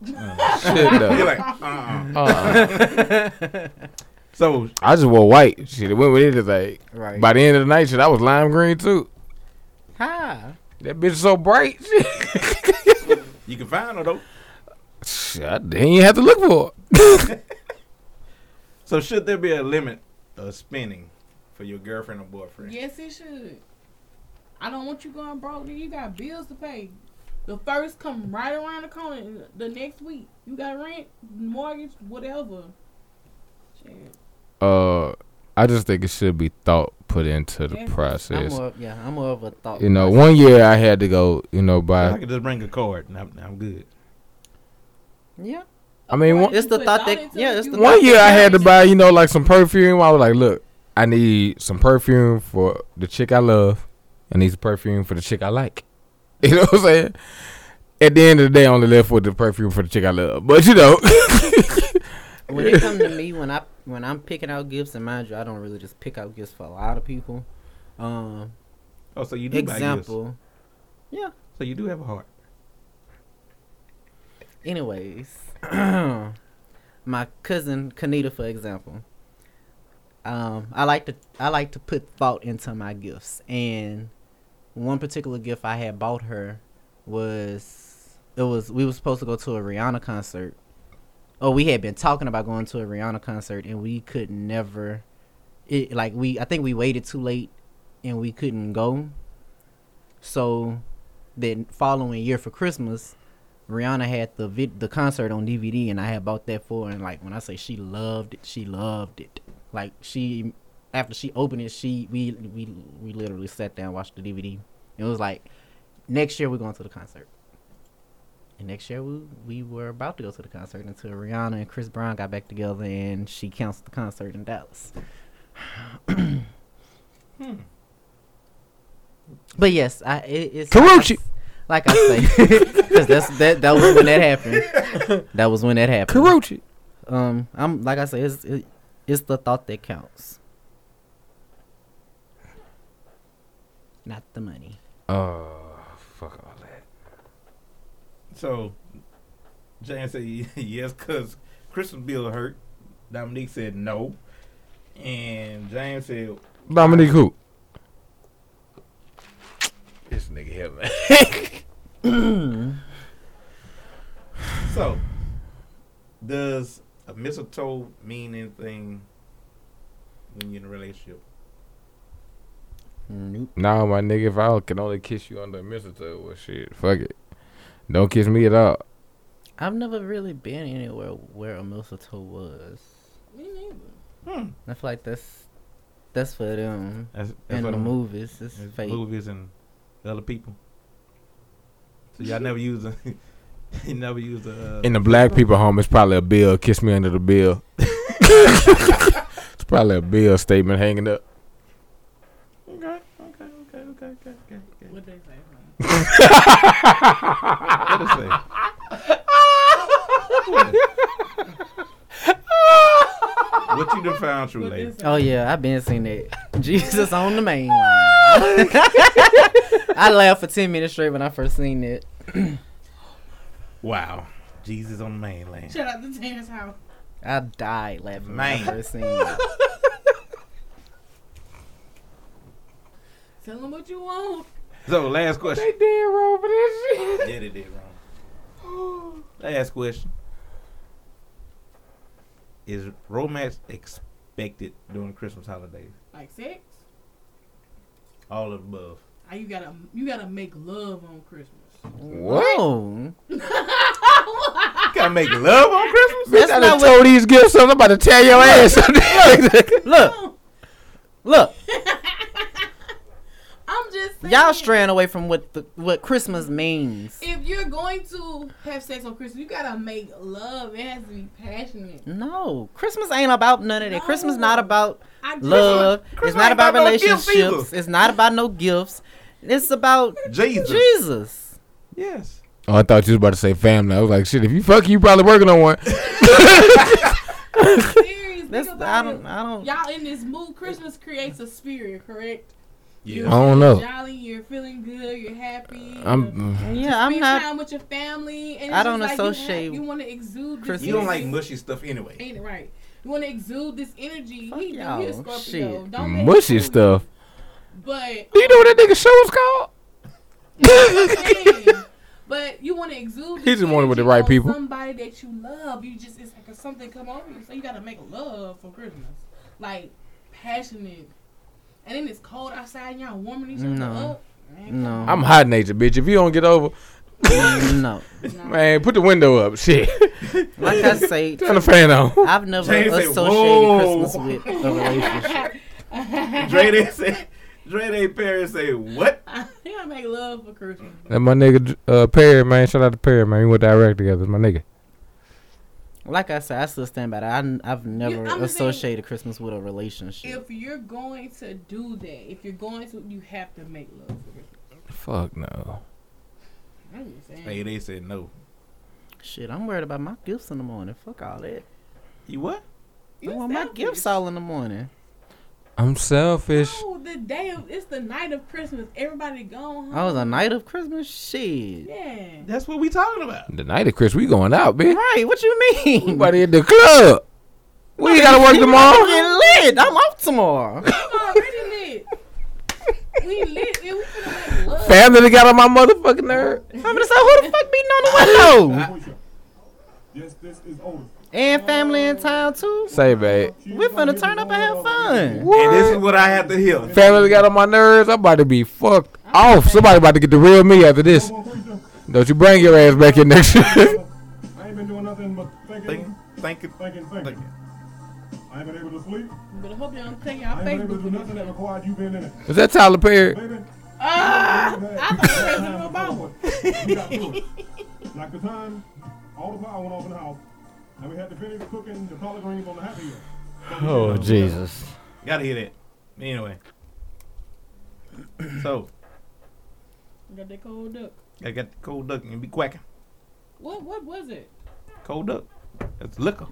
[SPEAKER 3] Shit,
[SPEAKER 2] You're
[SPEAKER 3] no.
[SPEAKER 2] like, uh-uh.
[SPEAKER 3] Uh-uh.
[SPEAKER 2] So
[SPEAKER 3] I just wore white. Shit, it went with anything.
[SPEAKER 1] Right.
[SPEAKER 3] By the end of the night, shit, I was lime green too.
[SPEAKER 1] Hi.
[SPEAKER 3] That bitch so bright. [LAUGHS]
[SPEAKER 2] you can find her though.
[SPEAKER 3] shit, I didn't even have to look for it.
[SPEAKER 2] So should there be a limit of spending for your girlfriend or boyfriend?
[SPEAKER 4] Yes, it should. I don't want you going broke. Then you got bills to pay. The first come right around the corner. The next week, you got rent, mortgage, whatever. Shit.
[SPEAKER 3] Uh, I just think it should be thought put into the
[SPEAKER 4] Yeah.
[SPEAKER 1] I'm
[SPEAKER 3] process.
[SPEAKER 1] more, of- yeah, I'm more of a thought.
[SPEAKER 3] You know,
[SPEAKER 1] person.
[SPEAKER 3] one year I had to go, you know,
[SPEAKER 2] I
[SPEAKER 3] buy.
[SPEAKER 2] could just bring a card and I'm, I'm good.
[SPEAKER 1] Yeah.
[SPEAKER 3] I mean, one,
[SPEAKER 1] It's the
[SPEAKER 4] Put
[SPEAKER 1] thought
[SPEAKER 4] all
[SPEAKER 1] that-
[SPEAKER 4] into
[SPEAKER 1] yeah,
[SPEAKER 4] it.
[SPEAKER 1] it's
[SPEAKER 4] You
[SPEAKER 1] the
[SPEAKER 4] want
[SPEAKER 3] One year I had to
[SPEAKER 4] marriage.
[SPEAKER 3] buy, you know, like some perfume. I was like, look, I need some perfume for the chick I love. I need some perfume for the chick I like. [LAUGHS] You know what I'm saying? [LAUGHS] At the end of the day, I only left with the perfume for the chick I love. But you know,
[SPEAKER 1] when it
[SPEAKER 2] [LAUGHS]
[SPEAKER 1] comes to me, when I when I'm picking out gifts, and mind you, I don't really just pick out gifts for a lot of people. Um,
[SPEAKER 2] Oh, so you do buy gifts.
[SPEAKER 1] example. Yeah.
[SPEAKER 2] So you do have a heart.
[SPEAKER 1] Anyways, [CLEARS THROAT] my cousin Kanita, for example, um, I like to I like to put thought into my gifts, and one particular gift I had bought her was it was we were supposed to go to a Rihanna concert. Oh, we had been talking about going to a Rihanna concert, and we could never. It like we I think we waited too late, and we couldn't go. So, then following year for Christmas, Rihanna had the vid- the concert on DVD, and I had bought that for. her, And like when I say she loved it, she loved it. Like she, after she opened it, she we we we literally sat down and watched the DVD. It was like next year we're going to the concert. And next year we we were about to go to the concert until Rihanna and Chris Brown got back together, and she canceled the concert in Dallas. [CLEARS THROAT]
[SPEAKER 2] Hmm.
[SPEAKER 1] But yes, I it, it's
[SPEAKER 3] Karuchi!
[SPEAKER 1] Like I say, [LAUGHS] because that's that that was when that happened. That was when that happened.
[SPEAKER 3] Karuchi.
[SPEAKER 1] um i'm like i said it's it, it's the thought that counts not the money
[SPEAKER 2] [COUGHS]
[SPEAKER 3] Oh, fuck all that.
[SPEAKER 2] So, Jan said [LAUGHS] y- yes because Christmas bill hurt. Dominique said no, and James said
[SPEAKER 3] Dominique who? This nigga here, man.
[SPEAKER 2] so. Does a mistletoe mean anything when you're in a relationship?
[SPEAKER 1] nope
[SPEAKER 3] Nah, my nigga, if I can only kiss you under a mistletoe, well, shit, fuck it. Don't kiss me at all.
[SPEAKER 1] i've never really been anywhere where a mistletoe was
[SPEAKER 4] Me neither.
[SPEAKER 2] Hmm.
[SPEAKER 1] i feel like that's that's for them
[SPEAKER 2] That's,
[SPEAKER 1] and the movies it's
[SPEAKER 2] It's
[SPEAKER 1] fake
[SPEAKER 2] movies and other people. So y'all never use a, [LAUGHS] you never use a. Uh,
[SPEAKER 3] In the black people home, it's probably a bill. Kiss me under the bill. [LAUGHS] it's probably a bill statement hanging up.
[SPEAKER 2] okay, okay, okay, okay, okay, okay. okay.
[SPEAKER 4] What they say? huh?
[SPEAKER 2] What is that? [LAUGHS] what you done found, true
[SPEAKER 4] What they
[SPEAKER 2] lady?
[SPEAKER 4] say?
[SPEAKER 1] oh yeah i've been seeing
[SPEAKER 2] [LAUGHS]
[SPEAKER 1] that jesus on the main line [LAUGHS] i laughed for 10 minutes straight when i first seen it
[SPEAKER 2] Wow, Jesus on the mainland.
[SPEAKER 4] Shout out to Terrence Howard.
[SPEAKER 1] i died laughing
[SPEAKER 2] Man.
[SPEAKER 1] when i first seen it
[SPEAKER 4] Tell them what you want.
[SPEAKER 2] So last question.
[SPEAKER 3] did wrong for this
[SPEAKER 2] yeah, they did wrong.
[SPEAKER 3] [GASPS]
[SPEAKER 2] Last question. Is romance expected during Christmas holidays?
[SPEAKER 4] Like sex?
[SPEAKER 2] All of the above.
[SPEAKER 4] Ah, you gotta you gotta make love on Christmas. [LAUGHS]
[SPEAKER 3] What?
[SPEAKER 1] Whoa.
[SPEAKER 2] Gotta make love on Christmas.
[SPEAKER 1] That's
[SPEAKER 3] I
[SPEAKER 1] not
[SPEAKER 3] done
[SPEAKER 1] what-
[SPEAKER 3] told these gifts up. I'm about to tear your ass up.
[SPEAKER 1] look Look,
[SPEAKER 4] I'm just saying.
[SPEAKER 1] y'all straying away from what the, what Christmas means.
[SPEAKER 4] If you're going to have sex on Christmas, you gotta make love. It has to be passionate.
[SPEAKER 1] No, Christmas ain't about none of that. Christmas not about
[SPEAKER 4] I just-
[SPEAKER 1] love.
[SPEAKER 2] Christmas
[SPEAKER 1] it's not
[SPEAKER 2] ain't
[SPEAKER 1] about,
[SPEAKER 2] about no gifts
[SPEAKER 1] relationships. it's not about no gifts. It's about
[SPEAKER 2] Jesus.
[SPEAKER 1] Jesus.
[SPEAKER 2] Yes.
[SPEAKER 3] [LAUGHS] oh, I thought you was about to say family. I was like, shit, if you fuck, you probably working
[SPEAKER 1] [LAUGHS]
[SPEAKER 3] on one.
[SPEAKER 4] Serious.
[SPEAKER 1] That's
[SPEAKER 4] Think
[SPEAKER 1] I
[SPEAKER 4] about
[SPEAKER 1] don't I
[SPEAKER 4] it.
[SPEAKER 1] don't.
[SPEAKER 4] Y'all in this mood. Christmas creates a spirit, correct?
[SPEAKER 3] I don't know.
[SPEAKER 4] Jolly, you're feeling good, you're happy. you're-
[SPEAKER 3] I'm.
[SPEAKER 1] Yeah, I'm
[SPEAKER 4] spend
[SPEAKER 1] not.
[SPEAKER 4] time with your family. And
[SPEAKER 1] I
[SPEAKER 4] it's
[SPEAKER 1] don't
[SPEAKER 4] just like
[SPEAKER 1] associate
[SPEAKER 4] You, ha- you want to exude. this
[SPEAKER 1] Christmas.
[SPEAKER 2] You don't like
[SPEAKER 4] energy.
[SPEAKER 2] mushy stuff anyway.
[SPEAKER 4] Ain't it right? You want to exude this energy.
[SPEAKER 1] Fuck
[SPEAKER 4] he, he
[SPEAKER 1] y'all.
[SPEAKER 4] a Scorpio.
[SPEAKER 1] Shit.
[SPEAKER 4] Don't let
[SPEAKER 3] Mushy
[SPEAKER 4] him fool
[SPEAKER 3] mm, stuff.
[SPEAKER 4] you.
[SPEAKER 3] [LAUGHS]
[SPEAKER 4] But
[SPEAKER 3] Do you know what that nigga show is called?
[SPEAKER 4] Man, but you want to exude.
[SPEAKER 3] He just
[SPEAKER 4] this
[SPEAKER 3] wanted with
[SPEAKER 4] energy
[SPEAKER 3] the right
[SPEAKER 4] on
[SPEAKER 3] people.
[SPEAKER 4] Somebody that you love. You just it's like something come over you. So you gotta make love for Christmas, like passionate. And then it's cold outside. and Y'all warming each other
[SPEAKER 1] No.
[SPEAKER 4] up. Man,
[SPEAKER 3] [LAUGHS]
[SPEAKER 1] No.
[SPEAKER 3] I'm hot nature, bitch. If you don't get over,
[SPEAKER 1] No,
[SPEAKER 4] no.
[SPEAKER 3] man, put the window up. Shit, [LAUGHS]
[SPEAKER 1] like I say,
[SPEAKER 3] turn the fan on.
[SPEAKER 1] I've never
[SPEAKER 2] Jay said,
[SPEAKER 1] associated
[SPEAKER 2] "Whoa."
[SPEAKER 1] Christmas with a
[SPEAKER 4] [LAUGHS]
[SPEAKER 1] relationship.
[SPEAKER 2] Dre they say, Dre they parents say what?
[SPEAKER 4] I think I make love for Christmas.
[SPEAKER 3] That my nigga uh, Perry, man. Shout out to Perry, man. We went direct together. That's my nigga.
[SPEAKER 1] Like I said, I still stand by that. I, have never
[SPEAKER 4] I'm saying-
[SPEAKER 1] associated Christmas with a relationship.
[SPEAKER 4] If you're going to do that, if you're going to, you have to make love for Christmas.
[SPEAKER 3] Fuck no.
[SPEAKER 4] I'm just saying.
[SPEAKER 2] Hey, they said no.
[SPEAKER 1] Shit, I'm worried about my gifts in the morning. Fuck all that.
[SPEAKER 2] You what?
[SPEAKER 1] I want my gifts all in the morning.
[SPEAKER 3] I'm selfish.
[SPEAKER 4] Oh, the day of it's the night of Christmas. Everybody gone home.
[SPEAKER 1] Oh, the night of Christmas? Shit.
[SPEAKER 4] Yeah.
[SPEAKER 2] That's what we talking about.
[SPEAKER 3] The night of Chris, we going out, bitch.
[SPEAKER 1] Right, what you mean?
[SPEAKER 3] Everybody at the club. We
[SPEAKER 1] [LAUGHS]
[SPEAKER 3] ain't gotta work
[SPEAKER 1] I'm
[SPEAKER 3] tomorrow.
[SPEAKER 1] getting lit. I'm off
[SPEAKER 3] [LAUGHS]
[SPEAKER 1] tomorrow.
[SPEAKER 4] We already lit. we lit. Man, we finna make love.
[SPEAKER 3] Family that got on my motherfucking nerve.
[SPEAKER 1] I'm gonna say who the fuck beating on the window?
[SPEAKER 5] Yes, this is Otis.
[SPEAKER 1] and family in town too.
[SPEAKER 3] Say, babe.
[SPEAKER 1] We finna turn up and have fun.
[SPEAKER 2] And this is
[SPEAKER 3] What?
[SPEAKER 2] what I have to hear.
[SPEAKER 3] Family that got on my nerves. I'm about to be fucked off. Somebody about to get the real me after this. Don't you bring your ass back in next year. [LAUGHS]
[SPEAKER 5] I ain't been doing nothing but
[SPEAKER 2] Thank,
[SPEAKER 5] thinking,
[SPEAKER 2] thank you.
[SPEAKER 5] thinking,
[SPEAKER 2] Thank
[SPEAKER 5] thinking.
[SPEAKER 2] you.
[SPEAKER 5] I ain't been able to sleep.
[SPEAKER 4] But I hope they don't take
[SPEAKER 5] I
[SPEAKER 4] our
[SPEAKER 5] ain't been able
[SPEAKER 4] Facebook.
[SPEAKER 5] to do
[SPEAKER 4] with
[SPEAKER 5] nothing
[SPEAKER 4] it.
[SPEAKER 5] that required you being in [LAUGHS] it.
[SPEAKER 3] Is that Tyler Perry?
[SPEAKER 5] Baby,
[SPEAKER 4] Ah,
[SPEAKER 5] you
[SPEAKER 4] I
[SPEAKER 5] had-
[SPEAKER 4] thought President [LAUGHS] Obama.
[SPEAKER 5] We got through it. Like the time all the power went off in the house, and we had to finish cooking the collard greens on the happy meal.
[SPEAKER 3] Oh, Jesus.
[SPEAKER 2] Gotta hear that. Anyway. So,
[SPEAKER 4] Got that cold duck.
[SPEAKER 2] I got the cold duck and be quacking.
[SPEAKER 4] What? What was it?
[SPEAKER 2] Cold duck. That's liquor.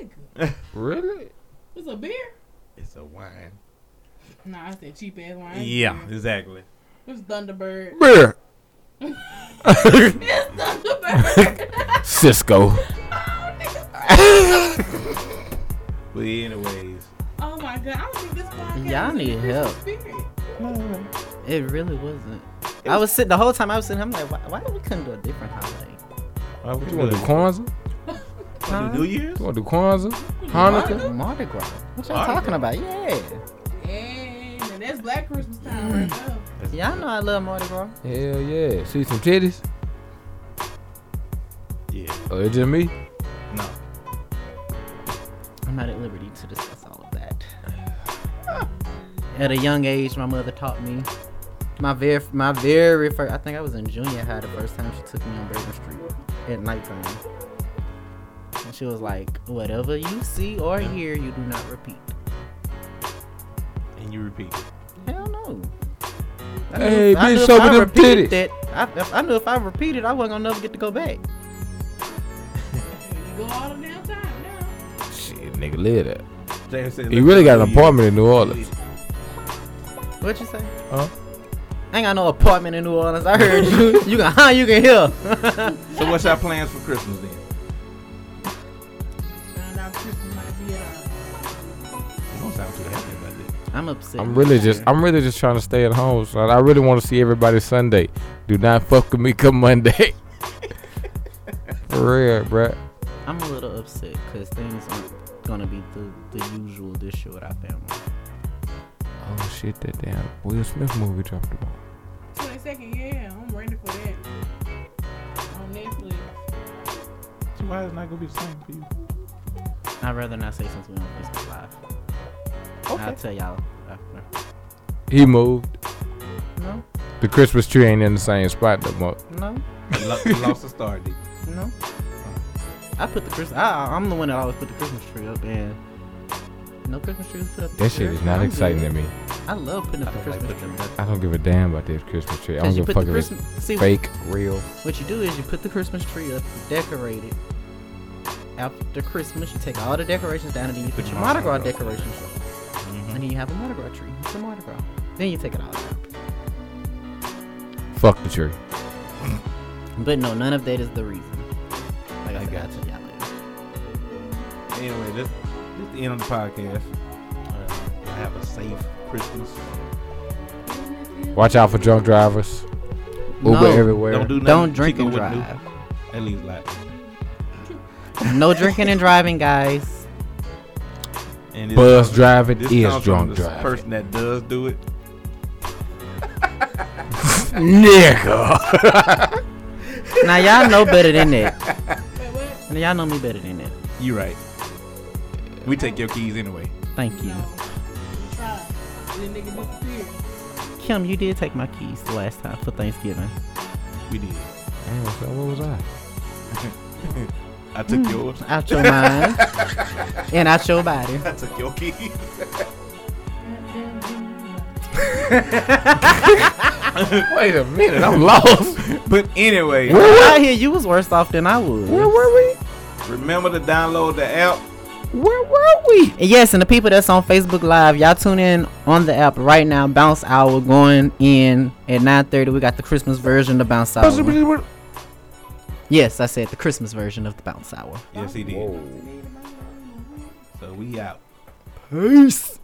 [SPEAKER 4] Nigga,
[SPEAKER 3] Really?
[SPEAKER 4] it's a beer.
[SPEAKER 2] It's a wine.
[SPEAKER 4] Nah, I said cheap ass wine.
[SPEAKER 2] Yeah, exactly.
[SPEAKER 4] It was
[SPEAKER 3] [LAUGHS]
[SPEAKER 4] Thunderbird.
[SPEAKER 3] Beer.
[SPEAKER 4] It's Thunderbird. [LAUGHS]
[SPEAKER 3] [LAUGHS] Cisco.
[SPEAKER 2] But anyways,
[SPEAKER 4] oh my god, I don't think this podcast.
[SPEAKER 1] Y'all
[SPEAKER 4] is
[SPEAKER 1] need
[SPEAKER 4] Christmas
[SPEAKER 1] help.
[SPEAKER 4] Spirit.
[SPEAKER 1] It really wasn't. I was sitting the whole time I was sitting. I'm like, why, why we couldn't do a different holiday?
[SPEAKER 2] why would
[SPEAKER 3] You want to do Kwanzaa?
[SPEAKER 2] Wanna do New Year's?
[SPEAKER 3] You want to do Kwanzaa? Hanukkah?
[SPEAKER 1] Mardi, Mardi Gras. What y'all
[SPEAKER 2] Mardi
[SPEAKER 1] talking about? Yeah.
[SPEAKER 4] Hey, and that's Black Christmas time right
[SPEAKER 1] Mm.
[SPEAKER 4] now.
[SPEAKER 1] Y'all know I love Mardi Gras.
[SPEAKER 3] Hell yeah. See some titties?
[SPEAKER 2] Yeah.
[SPEAKER 3] Oh, it's just me?
[SPEAKER 2] No.
[SPEAKER 1] I'm not at liberty to discuss all of that. At a young age, my mother taught me. My very, my very first, I think I was in junior high the first time she took me on Bourbon Street at nighttime. And she was like, whatever you see or hear, you do not repeat.
[SPEAKER 2] And you repeat.
[SPEAKER 1] Hell no. I knew-
[SPEAKER 3] Hey,
[SPEAKER 1] I knew
[SPEAKER 3] bitch,
[SPEAKER 1] if
[SPEAKER 3] show
[SPEAKER 1] I
[SPEAKER 3] me them
[SPEAKER 1] repeated
[SPEAKER 3] titties.
[SPEAKER 1] that, I, if- I knew if I repeated, I wasn't gonna never get to go back.
[SPEAKER 4] You go all the damn time now.
[SPEAKER 3] Shit, nigga, live that.
[SPEAKER 2] James said,
[SPEAKER 3] He
[SPEAKER 2] "Look,
[SPEAKER 3] really got
[SPEAKER 2] New
[SPEAKER 3] an
[SPEAKER 2] Year's."
[SPEAKER 3] apartment in New Orleans.
[SPEAKER 1] What you say?
[SPEAKER 3] Huh?
[SPEAKER 1] I ain't got no apartment in New Orleans. I heard
[SPEAKER 3] [LAUGHS]
[SPEAKER 1] you. You can, [LAUGHS] huh? You can hear.
[SPEAKER 2] So what's our plans for Christmas then?
[SPEAKER 4] Found out Christmas might be at
[SPEAKER 2] You don't sound too happy about that.
[SPEAKER 1] I'm upset.
[SPEAKER 3] I'm really just I'm really just trying to stay at home, son. I really want to see everybody Sunday. Do not fuck with me come Monday. [LAUGHS] For real, bruh.
[SPEAKER 1] I'm a little upset because things aren't gonna be the, the usual this year with our family.
[SPEAKER 3] Oh shit, that damn Will Smith movie dropped tomorrow.
[SPEAKER 4] our 22nd. Yeah, I'm ready for that. On Netflix.
[SPEAKER 2] So why is it not gonna be the same for you?
[SPEAKER 1] I'd rather not say since we're on Facebook Live. I'll tell y'all after.
[SPEAKER 3] He moved.
[SPEAKER 1] No,
[SPEAKER 3] The Christmas tree ain't in the same spot no more.
[SPEAKER 1] no,
[SPEAKER 2] You lo- [LAUGHS] you lost a star, did you?
[SPEAKER 1] no. I put the Christmas. I, I'm the one that always put the Christmas tree up, and no Christmas tree was put up.
[SPEAKER 3] That
[SPEAKER 1] this
[SPEAKER 3] shit
[SPEAKER 1] year.
[SPEAKER 3] is not
[SPEAKER 1] I'm
[SPEAKER 3] exciting
[SPEAKER 1] good.
[SPEAKER 3] to me.
[SPEAKER 1] I love putting up the
[SPEAKER 2] I don't like
[SPEAKER 1] Christmas
[SPEAKER 2] putting
[SPEAKER 1] tree.
[SPEAKER 3] I don't give a damn about this Christmas tree. I don't
[SPEAKER 1] Because you
[SPEAKER 3] give a
[SPEAKER 1] put the
[SPEAKER 3] fuck if it's
[SPEAKER 1] Christmas. See,
[SPEAKER 3] fake, real.
[SPEAKER 1] What you do is you put the Christmas tree up, you decorate it. After Christmas, you take all the decorations down and then you put your Mardi Gras Mm-hmm. decorations up. And then you have a Mardi Gras tree. It's a Mardi Gras. Then you take it all down.
[SPEAKER 3] Fuck the tree.
[SPEAKER 1] But no, none of that is the reason. Like I,
[SPEAKER 2] I
[SPEAKER 1] said,
[SPEAKER 2] got
[SPEAKER 1] I'll tell y'all later.
[SPEAKER 2] Anyway, this this the end of the podcast. Uh, have a safe Christmas.
[SPEAKER 3] Watch out for drunk drivers. Uber
[SPEAKER 1] No,
[SPEAKER 3] everywhere.
[SPEAKER 2] Don't do nothing.
[SPEAKER 1] Don't drink
[SPEAKER 2] Chico
[SPEAKER 1] and
[SPEAKER 2] wouldn't do.
[SPEAKER 1] drive.
[SPEAKER 2] At least like.
[SPEAKER 1] [LAUGHS] no drinking and driving, guys.
[SPEAKER 2] And this
[SPEAKER 3] Buzz
[SPEAKER 2] comes-
[SPEAKER 3] driving
[SPEAKER 2] this
[SPEAKER 3] is
[SPEAKER 2] comes from
[SPEAKER 3] drunk
[SPEAKER 2] the
[SPEAKER 3] driving.
[SPEAKER 2] Person that does do
[SPEAKER 3] [LAUGHS]
[SPEAKER 2] it.
[SPEAKER 3] Nigga.
[SPEAKER 1] Now y'all know better than that.
[SPEAKER 4] Wait, what?
[SPEAKER 1] And y'all know me better than that.
[SPEAKER 2] You right. We take your keys anyway.
[SPEAKER 1] Thank you.
[SPEAKER 4] No. Try. Then nigga disappeared.
[SPEAKER 1] Kim, you did take my keys the last time for Thanksgiving.
[SPEAKER 2] We did.
[SPEAKER 3] Damn, so what was I?
[SPEAKER 2] I
[SPEAKER 3] Hmm.
[SPEAKER 2] took yours. [LAUGHS]
[SPEAKER 1] Out [LAUGHS] your mind. and out your body.
[SPEAKER 2] I took your keys. [LAUGHS]
[SPEAKER 4] Goddamn Jesus.
[SPEAKER 3] [LAUGHS] Wait a minute, I'm lost.
[SPEAKER 2] but anyway,
[SPEAKER 1] Out here, you was worse off than I was.
[SPEAKER 3] [LAUGHS] Where were we?
[SPEAKER 2] Remember to download the app.
[SPEAKER 1] Where were we? And yes, and the people that's on Facebook Live, y'all tune in on the app right now. Bounce Hour going in at 9:30. We got the Christmas version of Bounce Hour. Yes, I said the Christmas version of the Bounce Hour.
[SPEAKER 2] Yes, he did. So we out.
[SPEAKER 1] Peace.